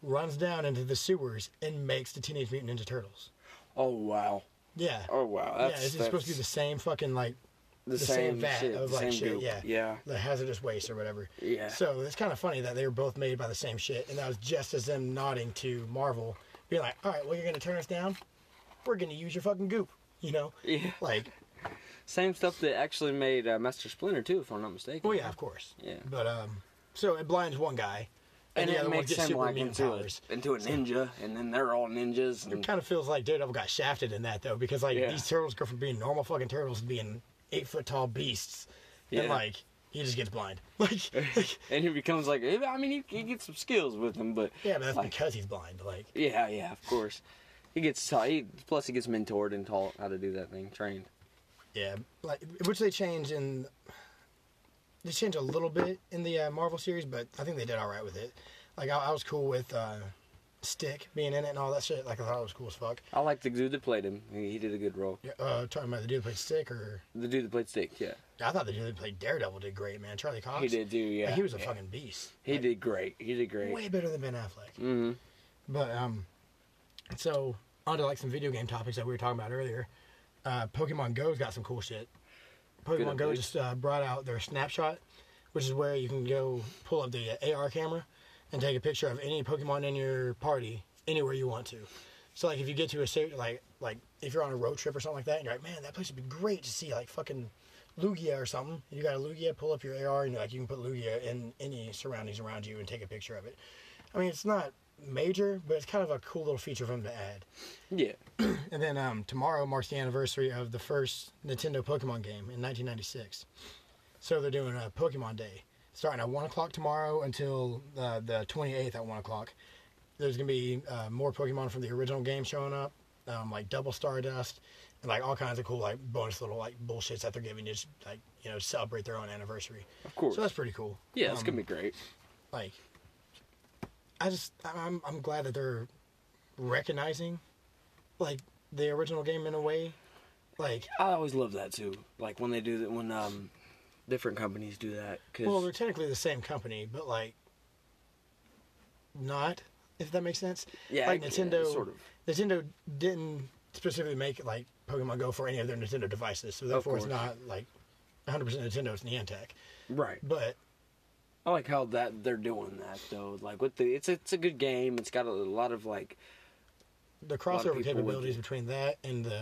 [SPEAKER 1] runs down into the sewers and makes the Teenage Mutant Ninja Turtles.
[SPEAKER 2] Oh wow.
[SPEAKER 1] Yeah.
[SPEAKER 2] Oh wow. That's,
[SPEAKER 1] yeah, it's, it's
[SPEAKER 2] that's
[SPEAKER 1] supposed to be the same fucking like
[SPEAKER 2] the, same,
[SPEAKER 1] vat
[SPEAKER 2] shit,
[SPEAKER 1] of
[SPEAKER 2] the
[SPEAKER 1] like
[SPEAKER 2] same
[SPEAKER 1] shit,
[SPEAKER 2] goop.
[SPEAKER 1] yeah,
[SPEAKER 2] Yeah.
[SPEAKER 1] the hazardous waste or whatever.
[SPEAKER 2] Yeah.
[SPEAKER 1] So it's kind of funny that they were both made by the same shit, and that was just as them nodding to Marvel, being like, "All right, well, you're gonna turn us down. We're gonna use your fucking goop," you know?
[SPEAKER 2] Yeah.
[SPEAKER 1] Like,
[SPEAKER 2] Same stuff that actually made uh, Master Splinter too, if I'm not mistaken.
[SPEAKER 1] well, Oh, yeah, of course.
[SPEAKER 2] Yeah.
[SPEAKER 1] But um, so it blinds one guy,
[SPEAKER 2] And,
[SPEAKER 1] the
[SPEAKER 2] it
[SPEAKER 1] other one
[SPEAKER 2] makes
[SPEAKER 1] gets
[SPEAKER 2] him
[SPEAKER 1] super
[SPEAKER 2] like
[SPEAKER 1] mutant
[SPEAKER 2] into a,
[SPEAKER 1] powers.
[SPEAKER 2] into a ninja, and then they're all ninjas.
[SPEAKER 1] It
[SPEAKER 2] And,
[SPEAKER 1] kind of feels like Daredevil got shafted in that though, because like
[SPEAKER 2] Yeah.
[SPEAKER 1] these turtles go from being normal fucking turtles to being eight foot tall beasts,
[SPEAKER 2] Yeah.
[SPEAKER 1] and like he just gets blind. Like,
[SPEAKER 2] and he becomes like, I mean, he, he gets some skills with him, but
[SPEAKER 1] yeah, but that's
[SPEAKER 2] like,
[SPEAKER 1] because he's blind. Like,
[SPEAKER 2] yeah, yeah, of course. He gets taught. He, plus, he gets mentored and taught how to do that thing, trained.
[SPEAKER 1] Yeah, like which they changed in. They changed a little bit in the uh, Marvel series, but I think they did all right with it. Like I, I was cool with uh, Stick being in it and all that shit. Like I thought it was cool as fuck.
[SPEAKER 2] I like the dude that played him. He, he did a good role.
[SPEAKER 1] Yeah, Uh, talking about the dude that played Stick, or
[SPEAKER 2] The dude that played Stick, yeah,
[SPEAKER 1] I thought the dude that played Daredevil did great, man. Charlie Cox.
[SPEAKER 2] he did too. Yeah,
[SPEAKER 1] Like, he was a
[SPEAKER 2] yeah.
[SPEAKER 1] fucking beast.
[SPEAKER 2] He
[SPEAKER 1] Like,
[SPEAKER 2] did great. He did great.
[SPEAKER 1] way better than Ben Affleck.
[SPEAKER 2] hmm
[SPEAKER 1] But um, so onto like some video game topics that we were talking about earlier. Uh, Pokemon Go's got some cool shit.
[SPEAKER 2] Good
[SPEAKER 1] Pokemon Go
[SPEAKER 2] updates.
[SPEAKER 1] just uh, brought out their snapshot, which is where you can go pull up the uh, AR camera and take a picture of any Pokemon in your party anywhere you want to. So like if you get to a certain like like if you're on a road trip or something like that, and you're like, man, that place would be great to see like fucking Lugia or something. You got a Lugia, pull up your AR, and like you can put Lugia in any surroundings around you and take a picture of it. I mean, it's not major, but it's kind of a cool little feature for them to add.
[SPEAKER 2] Yeah.
[SPEAKER 1] And then um, tomorrow marks the anniversary of the first Nintendo Pokemon game in 1996. So they're doing a Pokemon Day, starting at one o'clock tomorrow until uh, the 28th at one o'clock. There's gonna be uh, more Pokemon from the original game showing up, um, like Double Stardust, and like all kinds of cool like bonus little like bullshits that they're giving you, just like you know celebrate their own anniversary.
[SPEAKER 2] Of course.
[SPEAKER 1] So that's pretty cool.
[SPEAKER 2] yeah, it's
[SPEAKER 1] Um,
[SPEAKER 2] gonna be great.
[SPEAKER 1] like I just I'm I'm glad that they're recognizing like the original game in a way. Like
[SPEAKER 2] I always love that too. Like when they do that, when um, different companies do that. Cause,
[SPEAKER 1] well, they're technically the same company, but like not if that makes sense.
[SPEAKER 2] Yeah,
[SPEAKER 1] like
[SPEAKER 2] I-
[SPEAKER 1] Nintendo
[SPEAKER 2] yeah, sort of.
[SPEAKER 1] Nintendo didn't specifically make like Pokemon Go for any of their Nintendo devices, so therefore it's
[SPEAKER 2] course.
[SPEAKER 1] not like 100% Nintendo, it's Niantic.
[SPEAKER 2] right.
[SPEAKER 1] But
[SPEAKER 2] I like how that they're doing that though. Like with the, it's it's a good game. It's got a, lot of like, lot
[SPEAKER 1] the
[SPEAKER 2] of
[SPEAKER 1] crossover
[SPEAKER 2] people would
[SPEAKER 1] capabilities
[SPEAKER 2] do.
[SPEAKER 1] between that and the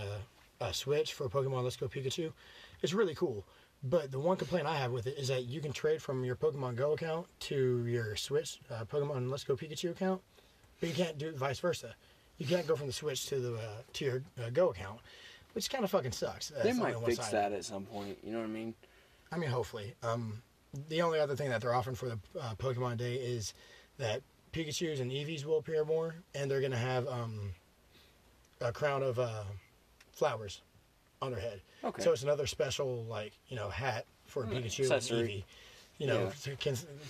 [SPEAKER 1] uh, Switch for Pokemon Let's Go Pikachu is really cool. But the one complaint I have with it is that you can trade from your Pokemon Go account to your Switch uh, Pokemon Let's Go Pikachu account, but you can't do vice versa. You can't go from the Switch to the uh, to your uh, Go account, which kind of fucking sucks.
[SPEAKER 2] they might fix that at some point. You know what I mean?
[SPEAKER 1] I mean, hopefully. Um, the only other thing that they're offering for the uh, Pokemon Day is that Pikachu's and Eevees will appear more, and they're going to have um, a crown of uh, flowers on their head.
[SPEAKER 2] Okay.
[SPEAKER 1] So it's another special, like, you know, hat for Pikachu
[SPEAKER 2] accessory.
[SPEAKER 1] and Eevee. You know,
[SPEAKER 2] Yeah.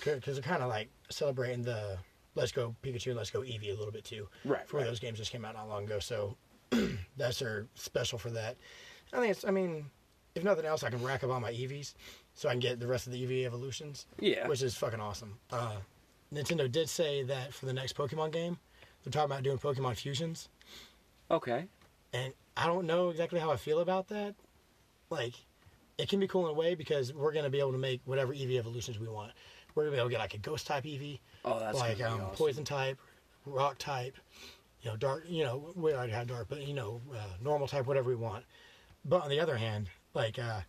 [SPEAKER 1] because they're kind of like celebrating the Let's Go Pikachu and Let's Go Eevee a little bit too.
[SPEAKER 2] Right,
[SPEAKER 1] For
[SPEAKER 2] right.
[SPEAKER 1] those games just came out not long ago, so that's their special for that. I think it's, I mean, if nothing else, I can rack up all my EVs so I can get the rest of the EV evolutions.
[SPEAKER 2] Yeah.
[SPEAKER 1] Which is fucking awesome. Uh, Nintendo did say that for the next Pokemon game, they're talking about doing Pokemon fusions.
[SPEAKER 2] Okay.
[SPEAKER 1] And I don't know exactly how I feel about that. Like, it can be cool in a way because we're going to be able to make whatever EV E evolutions we want. We're gonna be able to get like a ghost type EV,
[SPEAKER 2] Oh, that's gonna
[SPEAKER 1] like
[SPEAKER 2] be
[SPEAKER 1] um,
[SPEAKER 2] awesome.
[SPEAKER 1] poison type, rock type, you know, dark. You know, we already have dark, but you know, uh, normal type, whatever we want. But on the other hand, like uh,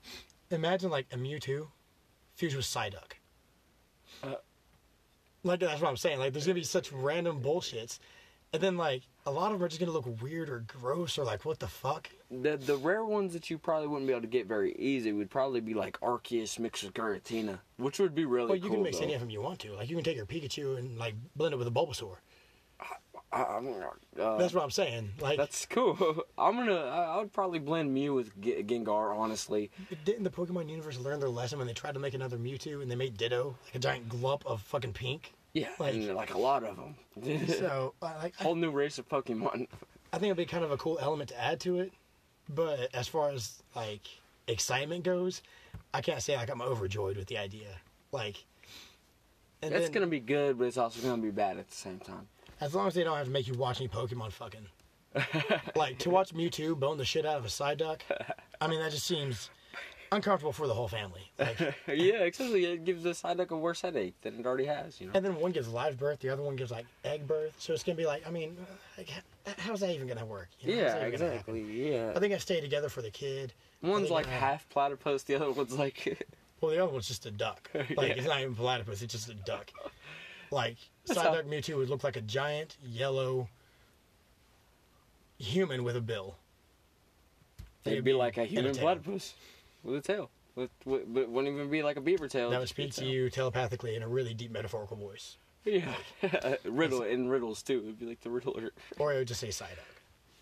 [SPEAKER 1] imagine like a Mewtwo fused with Psyduck.
[SPEAKER 2] Uh.
[SPEAKER 1] like that's what I'm saying. Like there's gonna be such random bullshits, and then like a lot of them are just gonna look weird or gross or like what the fuck.
[SPEAKER 2] The the rare ones that you probably wouldn't be able to get very easy would probably be like Arceus mixed with Giratina, which would be really
[SPEAKER 1] Well, you
[SPEAKER 2] cool.
[SPEAKER 1] can mix
[SPEAKER 2] though.
[SPEAKER 1] any of them you want to. Like you can take your Pikachu and like blend it with a Bulbasaur.
[SPEAKER 2] I, I'm, uh,
[SPEAKER 1] That's what I'm saying. Like
[SPEAKER 2] that's cool. I'm gonna. I, I would probably blend Mew with G- Gengar, honestly.
[SPEAKER 1] didn't the Pokemon universe learn their lesson when they tried to make another Mewtwo and they made Ditto like a giant glump of fucking pink?
[SPEAKER 2] Yeah,
[SPEAKER 1] Like-
[SPEAKER 2] and like a lot of them.
[SPEAKER 1] So I- like I,
[SPEAKER 2] Whole new race of Pokemon.
[SPEAKER 1] I think it'd be kind of a cool element to add to it. But as far as like excitement goes, I can't say like I'm overjoyed with the idea. Like and
[SPEAKER 2] It's
[SPEAKER 1] then-
[SPEAKER 2] gonna be good, but it's also gonna be bad at the same time.
[SPEAKER 1] As long as they don't have to make you watch any Pokemon fucking. like to watch Mewtwo bone the shit out of a Psyduck, I mean that just seems uncomfortable for the whole family. Like,
[SPEAKER 2] yeah, especially it gives the Psyduck a worse headache than it already has. You know.
[SPEAKER 1] and then one gives live birth, the other one gives like egg birth, so it's gonna be like, I mean, like, h- how's that even gonna work? You know, how's
[SPEAKER 2] yeah,
[SPEAKER 1] that even gonna happen?
[SPEAKER 2] exactly. Yeah.
[SPEAKER 1] I think I stay together for the kid. I
[SPEAKER 2] One's
[SPEAKER 1] think,
[SPEAKER 2] like
[SPEAKER 1] uh,
[SPEAKER 2] half platypus, the other one's like.
[SPEAKER 1] Well, the other one's just a duck. Like it's not even platypus; it's just a duck. Like Psyduck Mewtwo would look like a giant yellow human with a bill.
[SPEAKER 2] It'd be like a human
[SPEAKER 1] a tail.
[SPEAKER 2] platypus with a tail. With, with, but wouldn't even be like a beaver tail.
[SPEAKER 1] that would
[SPEAKER 2] just be a
[SPEAKER 1] speak to
[SPEAKER 2] tail.
[SPEAKER 1] you telepathically in a really deep metaphorical voice.
[SPEAKER 2] Yeah. Riddle in riddles too. It'd be like the Riddler.
[SPEAKER 1] Or it would just say Psyduck.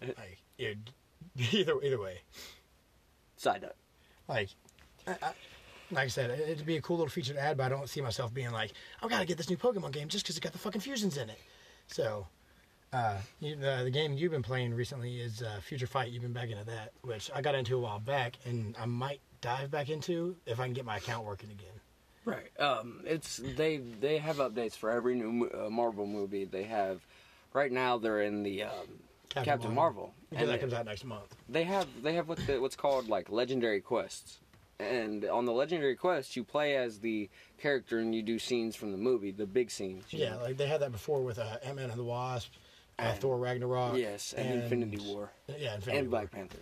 [SPEAKER 1] Like, it, either either way.
[SPEAKER 2] Psyduck.
[SPEAKER 1] Like, I, I, like I said, it- it'd be a cool little feature to add, but I don't see myself being like, I've got to get this new Pokemon game just because it got the fucking fusions in it. So, uh, you, the, the game you've been playing recently is uh, Future Fight. You've been back into that, which I got into a while back, and I might dive back into if I can get my account working again.
[SPEAKER 2] Right. Um. It's they they have updates for every new mo- uh, Marvel movie. They have. Right now they're in the um, Captain, Marvel.
[SPEAKER 1] Because
[SPEAKER 2] And
[SPEAKER 1] that
[SPEAKER 2] it-
[SPEAKER 1] comes out next month.
[SPEAKER 2] they have they have what the, what's called like legendary quests and on the legendary quest you play as the character and you do scenes from the movie the big scenes you
[SPEAKER 1] Yeah,
[SPEAKER 2] know?
[SPEAKER 1] like they had that before with uh, Ant-Man and the Wasp, uh,
[SPEAKER 2] And-
[SPEAKER 1] Thor Ragnarok.
[SPEAKER 2] yes and, infinity war
[SPEAKER 1] Yeah, Infinity
[SPEAKER 2] and
[SPEAKER 1] War.
[SPEAKER 2] black panther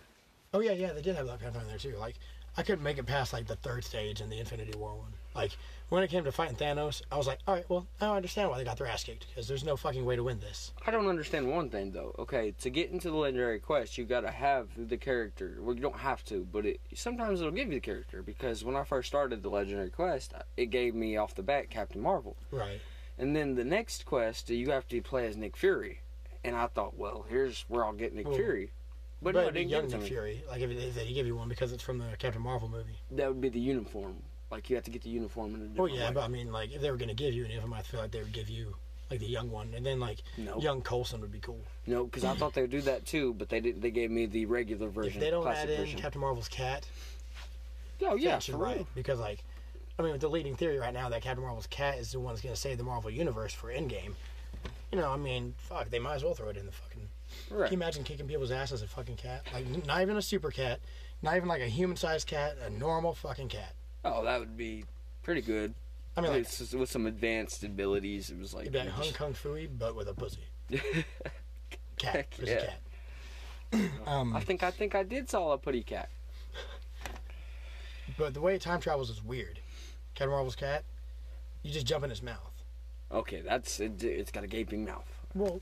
[SPEAKER 1] Oh yeah, yeah, they did have Black Panther in there too. Like I couldn't make it past like the third stage in the Infinity War one. Like when it came to fighting Thanos, I was like, all right, well, I don't understand why they got their ass kicked because there's no fucking way to win this.
[SPEAKER 2] i don't understand one thing though okay to get into the legendary quest you gotta have the character well you don't have to but it sometimes it'll give you the character because when i first started the legendary quest it gave me off the bat captain marvel
[SPEAKER 1] Right.
[SPEAKER 2] And then the next quest, you have to play as Nick Fury. And I thought, well, here's where I'll get Nick
[SPEAKER 1] Well,
[SPEAKER 2] Fury. But,
[SPEAKER 1] But,
[SPEAKER 2] no, it
[SPEAKER 1] it'd be
[SPEAKER 2] didn't
[SPEAKER 1] young
[SPEAKER 2] give it to
[SPEAKER 1] Nick
[SPEAKER 2] me.
[SPEAKER 1] Fury, like if, if they give you one because it's from the Captain Marvel movie.
[SPEAKER 2] That would be the uniform. Like you have to get the uniform in a
[SPEAKER 1] Oh
[SPEAKER 2] different
[SPEAKER 1] yeah,
[SPEAKER 2] way.
[SPEAKER 1] but I mean, like if they were gonna give you any of them, I feel like they would give you like the young one, and then like
[SPEAKER 2] No.
[SPEAKER 1] young Coulson would be cool.
[SPEAKER 2] No, because I thought they would do that too, but they didn't. They gave me the regular version.
[SPEAKER 1] If they don't
[SPEAKER 2] classic
[SPEAKER 1] add in
[SPEAKER 2] version.
[SPEAKER 1] Captain Marvel's cat,
[SPEAKER 2] oh yeah,
[SPEAKER 1] That's
[SPEAKER 2] for
[SPEAKER 1] right.
[SPEAKER 2] real.
[SPEAKER 1] Because like, I mean, with the leading theory right now that Captain Marvel's cat is the one that's going to save the Marvel universe for Endgame. You know, I mean, fuck, they might as well throw it in the fucking.
[SPEAKER 2] Right.
[SPEAKER 1] Can you imagine kicking people's ass as a fucking cat? Like, n- not even a super cat, not even like a human-sized cat, a normal fucking cat.
[SPEAKER 2] Oh, that would be pretty good.
[SPEAKER 1] I mean, like,
[SPEAKER 2] It's just with some advanced abilities, it was like
[SPEAKER 1] it'd be like
[SPEAKER 2] you
[SPEAKER 1] Hung
[SPEAKER 2] just-
[SPEAKER 1] Kong Fooey, but with a pussy. cat,
[SPEAKER 2] Heck
[SPEAKER 1] pussy
[SPEAKER 2] yeah.
[SPEAKER 1] cat. um,
[SPEAKER 2] I think I think I did saw a putty cat.
[SPEAKER 1] but the way it time travels is weird. Captain Marvel's cat, you just jump in his mouth.
[SPEAKER 2] Okay, that's it, it's got a gaping mouth.
[SPEAKER 1] Well,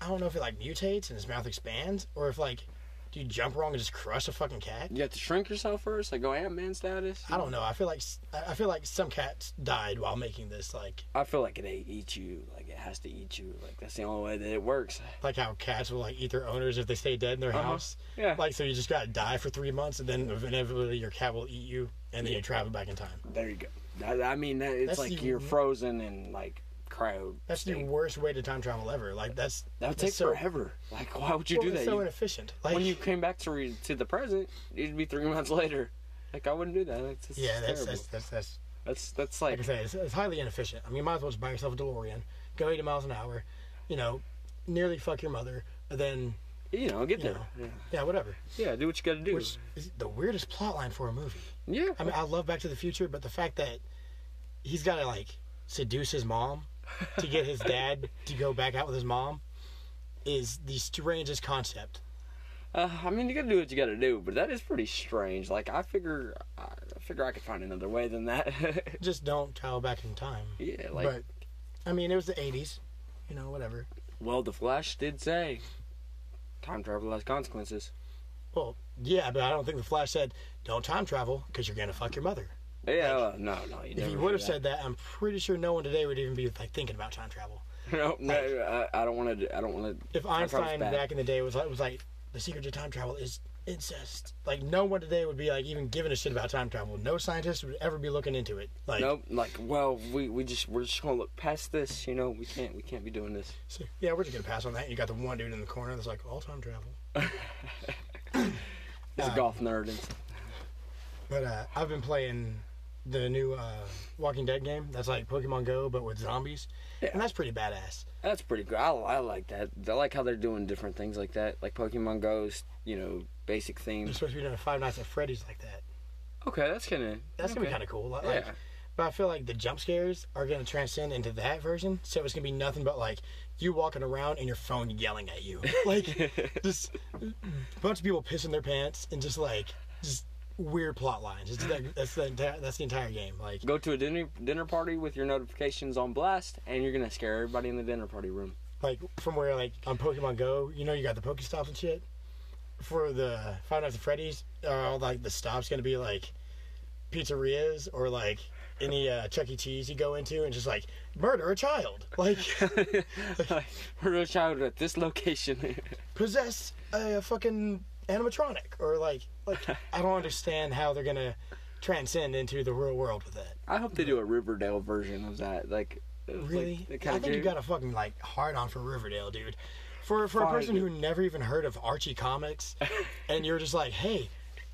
[SPEAKER 1] I don't know if it like mutates and his mouth expands, or if like, do you jump wrong and just crush a fucking cat?
[SPEAKER 2] You have to shrink yourself first, like go Ant Man status.
[SPEAKER 1] I don't know. I feel like s- I I feel like some cats died while making this, like
[SPEAKER 2] I feel like it ate- eat you. Like it has to eat you. Like that's the only way that it works.
[SPEAKER 1] like how cats will like eat their owners if they stay dead in their
[SPEAKER 2] Uh-huh.
[SPEAKER 1] house.
[SPEAKER 2] Yeah.
[SPEAKER 1] Like so, you just gotta die for three months, and then inevitably your cat will eat you, and then you travel back in time.
[SPEAKER 2] There you go. I, I mean, that, it's
[SPEAKER 1] That's
[SPEAKER 2] like
[SPEAKER 1] the-
[SPEAKER 2] you're frozen and like cryo.
[SPEAKER 1] That's the
[SPEAKER 2] state.
[SPEAKER 1] worst way to time travel ever. Like that's
[SPEAKER 2] that would
[SPEAKER 1] that's
[SPEAKER 2] take
[SPEAKER 1] so-
[SPEAKER 2] forever. Like why would you
[SPEAKER 1] well,
[SPEAKER 2] do
[SPEAKER 1] it's
[SPEAKER 2] that?
[SPEAKER 1] so
[SPEAKER 2] You-
[SPEAKER 1] inefficient. Like
[SPEAKER 2] when you came back to re- to the present, it'd be three months later. Like I wouldn't do that. That's, that's
[SPEAKER 1] yeah, that's
[SPEAKER 2] terrible.
[SPEAKER 1] that's
[SPEAKER 2] That's
[SPEAKER 1] that's, that's
[SPEAKER 2] that's,
[SPEAKER 1] like
[SPEAKER 2] like
[SPEAKER 1] I say, it's, it's highly inefficient. I mean, you might as well just buy yourself a DeLorean, go 80 miles an hour, you know, nearly fuck your mother, and then,
[SPEAKER 2] you know get
[SPEAKER 1] you
[SPEAKER 2] there.
[SPEAKER 1] know,
[SPEAKER 2] Yeah.
[SPEAKER 1] yeah, whatever.
[SPEAKER 2] Yeah, do what you got to do.
[SPEAKER 1] Which is the weirdest plot line for a movie.
[SPEAKER 2] yeah,
[SPEAKER 1] I mean, I love Back to the Future, but the fact that he's got to, like, seduce his mom to get his dad to go back out with his mom is the strangest concept.
[SPEAKER 2] Uh, I mean, you gotta do what you gotta do, but that is pretty strange. Like, I figure, I figure I could find another way than that.
[SPEAKER 1] Just don't travel back in time.
[SPEAKER 2] yeah, like,
[SPEAKER 1] but I mean, it was the '80s, you know, whatever.
[SPEAKER 2] well, the Flash did say, time travel has consequences.
[SPEAKER 1] Well, yeah, but I don't think the Flash said don't time travel because you're gonna fuck your mother.
[SPEAKER 2] Yeah, well, no, no.
[SPEAKER 1] If he would have said that, I'm pretty sure no one today would even be like thinking about time travel.
[SPEAKER 2] no, no, I, I don't want to. I don't want to.
[SPEAKER 1] If Einstein back in the day was like, was like the secret to time travel is incest, like no one today would be like even giving a shit about time travel. No scientist would ever be looking into it. Like,
[SPEAKER 2] Nope. Like, well, we, we just we're just gonna look past this. You know, we can't we can't be doing this.
[SPEAKER 1] so, yeah, we're just gonna pass on that. You got the one dude in the corner that's like all time travel.
[SPEAKER 2] He's a
[SPEAKER 1] Um,
[SPEAKER 2] golf nerd. And,
[SPEAKER 1] But uh, I've been playing the new uh, Walking Dead game. That's like Pokemon Go, but with zombies,
[SPEAKER 2] Yeah.
[SPEAKER 1] and that's pretty badass.
[SPEAKER 2] that's pretty good. I, I like that. I like how they're doing different things like that. Like Pokemon Go's, you know, basic
[SPEAKER 1] They're
[SPEAKER 2] themes.
[SPEAKER 1] supposed to be doing Five Nights at Freddy's like that.
[SPEAKER 2] Okay, that's gonna
[SPEAKER 1] That's gonna be
[SPEAKER 2] okay.
[SPEAKER 1] kind of cool. Like, like-
[SPEAKER 2] Yeah.
[SPEAKER 1] but I feel like the jump scares are gonna transcend into that version, so it's gonna be nothing but like you walking around and your phone yelling at you, like just a bunch of people pissing their pants and just like just weird plot lines. It's like that's the entire, that's the entire game. Like
[SPEAKER 2] Go to a dinner dinner party with your notifications on blast, and you're gonna scare everybody in the dinner party room.
[SPEAKER 1] like from where like on Pokemon Go, you know you got the Pokestops and shit. For the Five Nights at Freddy's, are all like the stops gonna be like pizzerias or like any uh, Chuck E. Cheese you go into and just like murder a child, like
[SPEAKER 2] like, we're a child at this location.
[SPEAKER 1] possess a, fucking animatronic or like like I don't understand how they're gonna transcend into the real world with that.
[SPEAKER 2] I hope they do a Riverdale version of that. Like,
[SPEAKER 1] Really,
[SPEAKER 2] Like,
[SPEAKER 1] I think you got
[SPEAKER 2] to.
[SPEAKER 1] a fucking like hard on for Riverdale, dude. For for a
[SPEAKER 2] Fine.
[SPEAKER 1] person who never even heard of Archie comics, and you're just like, hey,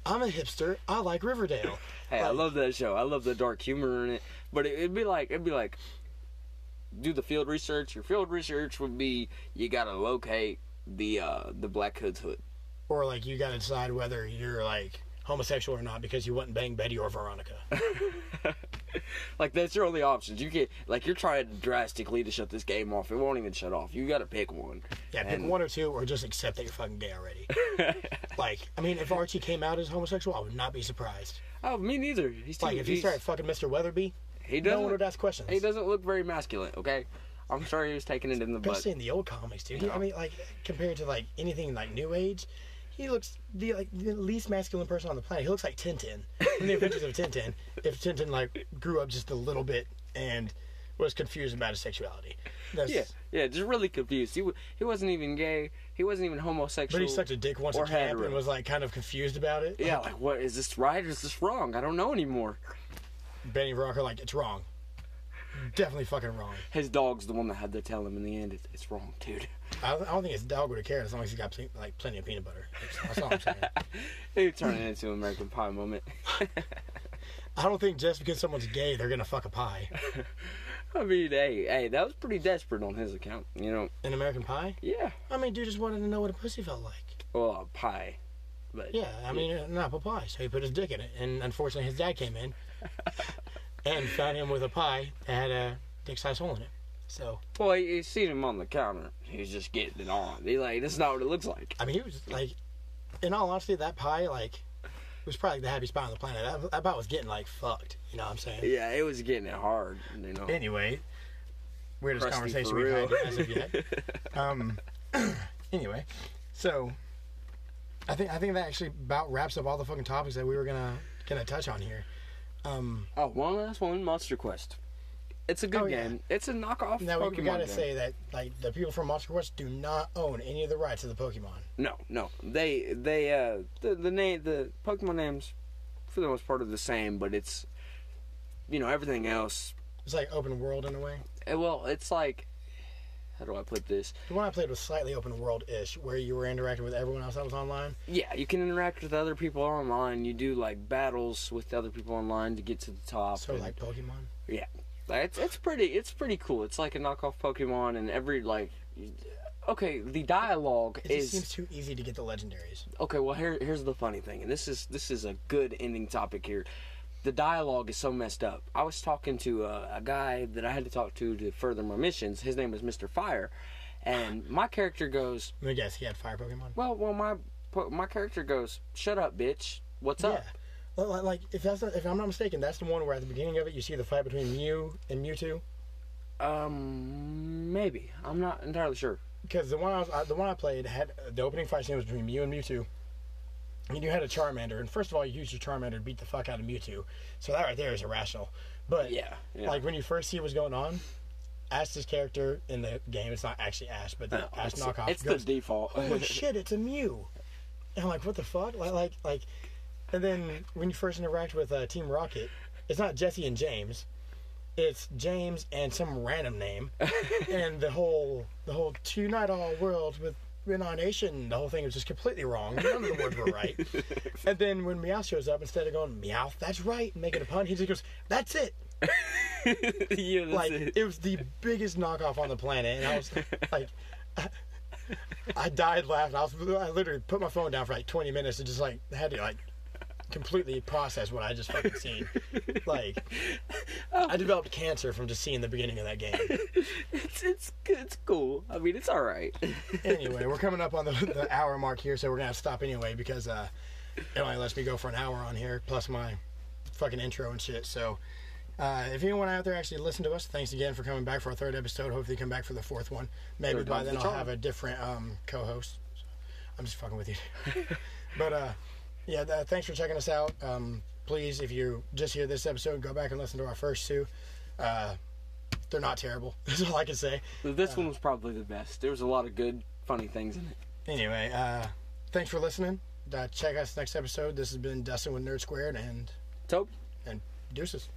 [SPEAKER 1] I'm a hipster. I like Riverdale.
[SPEAKER 2] Hey, I love that show. I love the dark humor in it. But it, it'd be like it'd be like do the field research. Your field research would be you got to locate the uh the Black Hood's hood.
[SPEAKER 1] Or like you got to decide whether you're like homosexual or not because you wouldn't bang Betty or Veronica.
[SPEAKER 2] Like that's your only options. You can't like you're trying drastically to shut this game off. It won't even shut off. You got to pick one.
[SPEAKER 1] Yeah, pick
[SPEAKER 2] And-
[SPEAKER 1] one or two, or just accept that you're fucking gay already. like, I mean, if Archie came out as homosexual, I would not be surprised.
[SPEAKER 2] Oh, me neither. He's too,
[SPEAKER 1] Like, if he
[SPEAKER 2] he's,
[SPEAKER 1] started fucking Mr. Weatherby,
[SPEAKER 2] he
[SPEAKER 1] no one
[SPEAKER 2] doesn't
[SPEAKER 1] would ask questions.
[SPEAKER 2] he doesn't look very masculine. Okay, I'm sorry he was taking it in the butt.
[SPEAKER 1] Especially in the old comics, dude. I mean, like compared to like anything like New Age, he looks the like the least masculine person on the planet. He looks like Tintin. In the pictures of Tintin, if Tintin like grew up just a little bit and was confused about his sexuality, that's,
[SPEAKER 2] Yeah, yeah, just really confused. He wa he wasn't even gay. He wasn't even homosexual.
[SPEAKER 1] But he sucked a dick once
[SPEAKER 2] or
[SPEAKER 1] at camp
[SPEAKER 2] hetero.
[SPEAKER 1] and was like kind of confused about it.
[SPEAKER 2] Yeah, like what is this right or is this wrong? I don't know anymore.
[SPEAKER 1] Benny Rocker, like it's wrong, definitely fucking wrong.
[SPEAKER 2] His dog's the one that had to tell him in the end. It's, it's wrong, dude.
[SPEAKER 1] I don't, I don't think his dog would have cared as long as he got ple- like plenty of peanut butter. That's all I'm saying.
[SPEAKER 2] He turned it into an American Pie moment.
[SPEAKER 1] I don't think just because someone's gay they're gonna fuck a pie.
[SPEAKER 2] I mean, hey, hey, that was pretty desperate on his account. You know,
[SPEAKER 1] An American pie.
[SPEAKER 2] yeah.
[SPEAKER 1] I mean, dude just wanted to know what a pussy felt like.
[SPEAKER 2] Well, a pie, but
[SPEAKER 1] Yeah, I mean, an apple pie. So he put his dick in it, and unfortunately, his dad came in and found him with a pie that had a dick-sized hole in it. So
[SPEAKER 2] Well, he, he seen him on the counter. He's just getting it on. He like, that's not what it looks like.
[SPEAKER 1] I mean, he was like, in all honesty, that pie like was probably the happiest pie on the planet. That, that pie was getting like fucked. You know what I'm saying?
[SPEAKER 2] Yeah, it was getting it hard. You know.
[SPEAKER 1] Anyway, weirdest
[SPEAKER 2] Crusty
[SPEAKER 1] conversation
[SPEAKER 2] for
[SPEAKER 1] we've
[SPEAKER 2] real.
[SPEAKER 1] had as of yet. um, anyway, so I think I think that actually about wraps up all the fucking topics that we were gonna gonna touch on here. Um.
[SPEAKER 2] Oh, one last one, Monster Quest. It's a good
[SPEAKER 1] Oh, yeah.
[SPEAKER 2] game. It's a knockoff
[SPEAKER 1] Now we,
[SPEAKER 2] Pokemon
[SPEAKER 1] we gotta
[SPEAKER 2] game.
[SPEAKER 1] say that like the people from Monster Quest do not own any of the rights to the Pokemon.
[SPEAKER 2] No, no. They they uh the the name the Pokemon names for the most part are the same, but it's you know everything else.
[SPEAKER 1] It's like open world in a way.
[SPEAKER 2] eh, Well, it's like how do I put this?
[SPEAKER 1] The one I played was slightly open world ish, where you were interacting with everyone else that was online.
[SPEAKER 2] Yeah, you can interact with other people online. You do like battles with other people online to get to the top.
[SPEAKER 1] So
[SPEAKER 2] and-
[SPEAKER 1] like Pokemon.
[SPEAKER 2] Like, It's it's pretty it's pretty cool. It's like a knockoff Pokemon, and every like. Okay, the dialogue
[SPEAKER 1] It
[SPEAKER 2] is
[SPEAKER 1] just seems too easy to get the legendaries.
[SPEAKER 2] okay well here, here's the funny thing and this is this is a good ending topic here the dialogue is so messed up. I was talking to uh, a, a guy that I had to talk to to further my missions. His name was Mr. Fire, and my character goes,
[SPEAKER 1] Let me guess, he had fire Pokemon.
[SPEAKER 2] "Well, well, my po- my character goes, shut up, bitch. What's up?"
[SPEAKER 1] Yeah. Li- li- Like if that's not, if I'm not mistaken, that's the one where at the beginning of it you see the fight between Mew and Mewtwo.
[SPEAKER 2] Um, maybe I'm not entirely sure.
[SPEAKER 1] Because the one I was, uh, the one I played had uh, the opening fight scene was between Mew and Mewtwo. And you had a Charmander, and first of all, you used your Charmander to beat the fuck out of Mewtwo. So that right there is irrational. But
[SPEAKER 2] Yeah, yeah.
[SPEAKER 1] like when you first see what's going on, Ash's character in the game, it's not actually Ash, but the
[SPEAKER 2] No,
[SPEAKER 1] Ash
[SPEAKER 2] it's
[SPEAKER 1] knockoff.
[SPEAKER 2] it's the
[SPEAKER 1] goes,
[SPEAKER 2] default.
[SPEAKER 1] holy shit, it's a Mew. And I'm like, what the fuck? Like, like, like, and then when you first interact with uh, Team Rocket, it's not Jesse and James. It's James and some random name, and the whole the whole tonight all world with Renonation, the whole thing was just completely wrong. None of the words were right. and then when Meow shows up, instead of going Meow, that's right, and making a pun, he just goes, "That's it."
[SPEAKER 2] yeah, that's
[SPEAKER 1] like
[SPEAKER 2] it.
[SPEAKER 1] it. was the biggest knockoff on the planet, and I was like, I, I died laughing. I was I literally put my phone down for like 20 minutes and just like had to like completely process what I just fucking seen. Like,
[SPEAKER 2] Oh.
[SPEAKER 1] I developed cancer from just seeing the beginning of that game.
[SPEAKER 2] It's, it's it's cool. I mean, it's all right.
[SPEAKER 1] Anyway, we're coming up on the, the hour mark here, so we're gonna have to stop anyway because uh, it only lets me go for an hour on here plus my fucking intro and shit. So. Uh, if anyone out there actually listened to us, thanks again for coming back for our third episode. Hopefully, you come back for the fourth one. Maybe
[SPEAKER 2] Third
[SPEAKER 1] by
[SPEAKER 2] time's
[SPEAKER 1] then
[SPEAKER 2] the
[SPEAKER 1] I'll
[SPEAKER 2] charm.
[SPEAKER 1] have a different um, co-host. So, I'm just fucking with you. but uh, yeah, th- thanks for checking us out. Um, please, if you just hear this episode, go back and listen to our first two. Uh, they're not terrible. That's all I can say.
[SPEAKER 2] this
[SPEAKER 1] Uh.
[SPEAKER 2] one was probably the best. There was a lot of good, funny things in it.
[SPEAKER 1] Anyway, uh, thanks for listening. Uh, check us next episode. This has been Dustin with Nerd Squared and
[SPEAKER 2] Toby.
[SPEAKER 1] and deuces.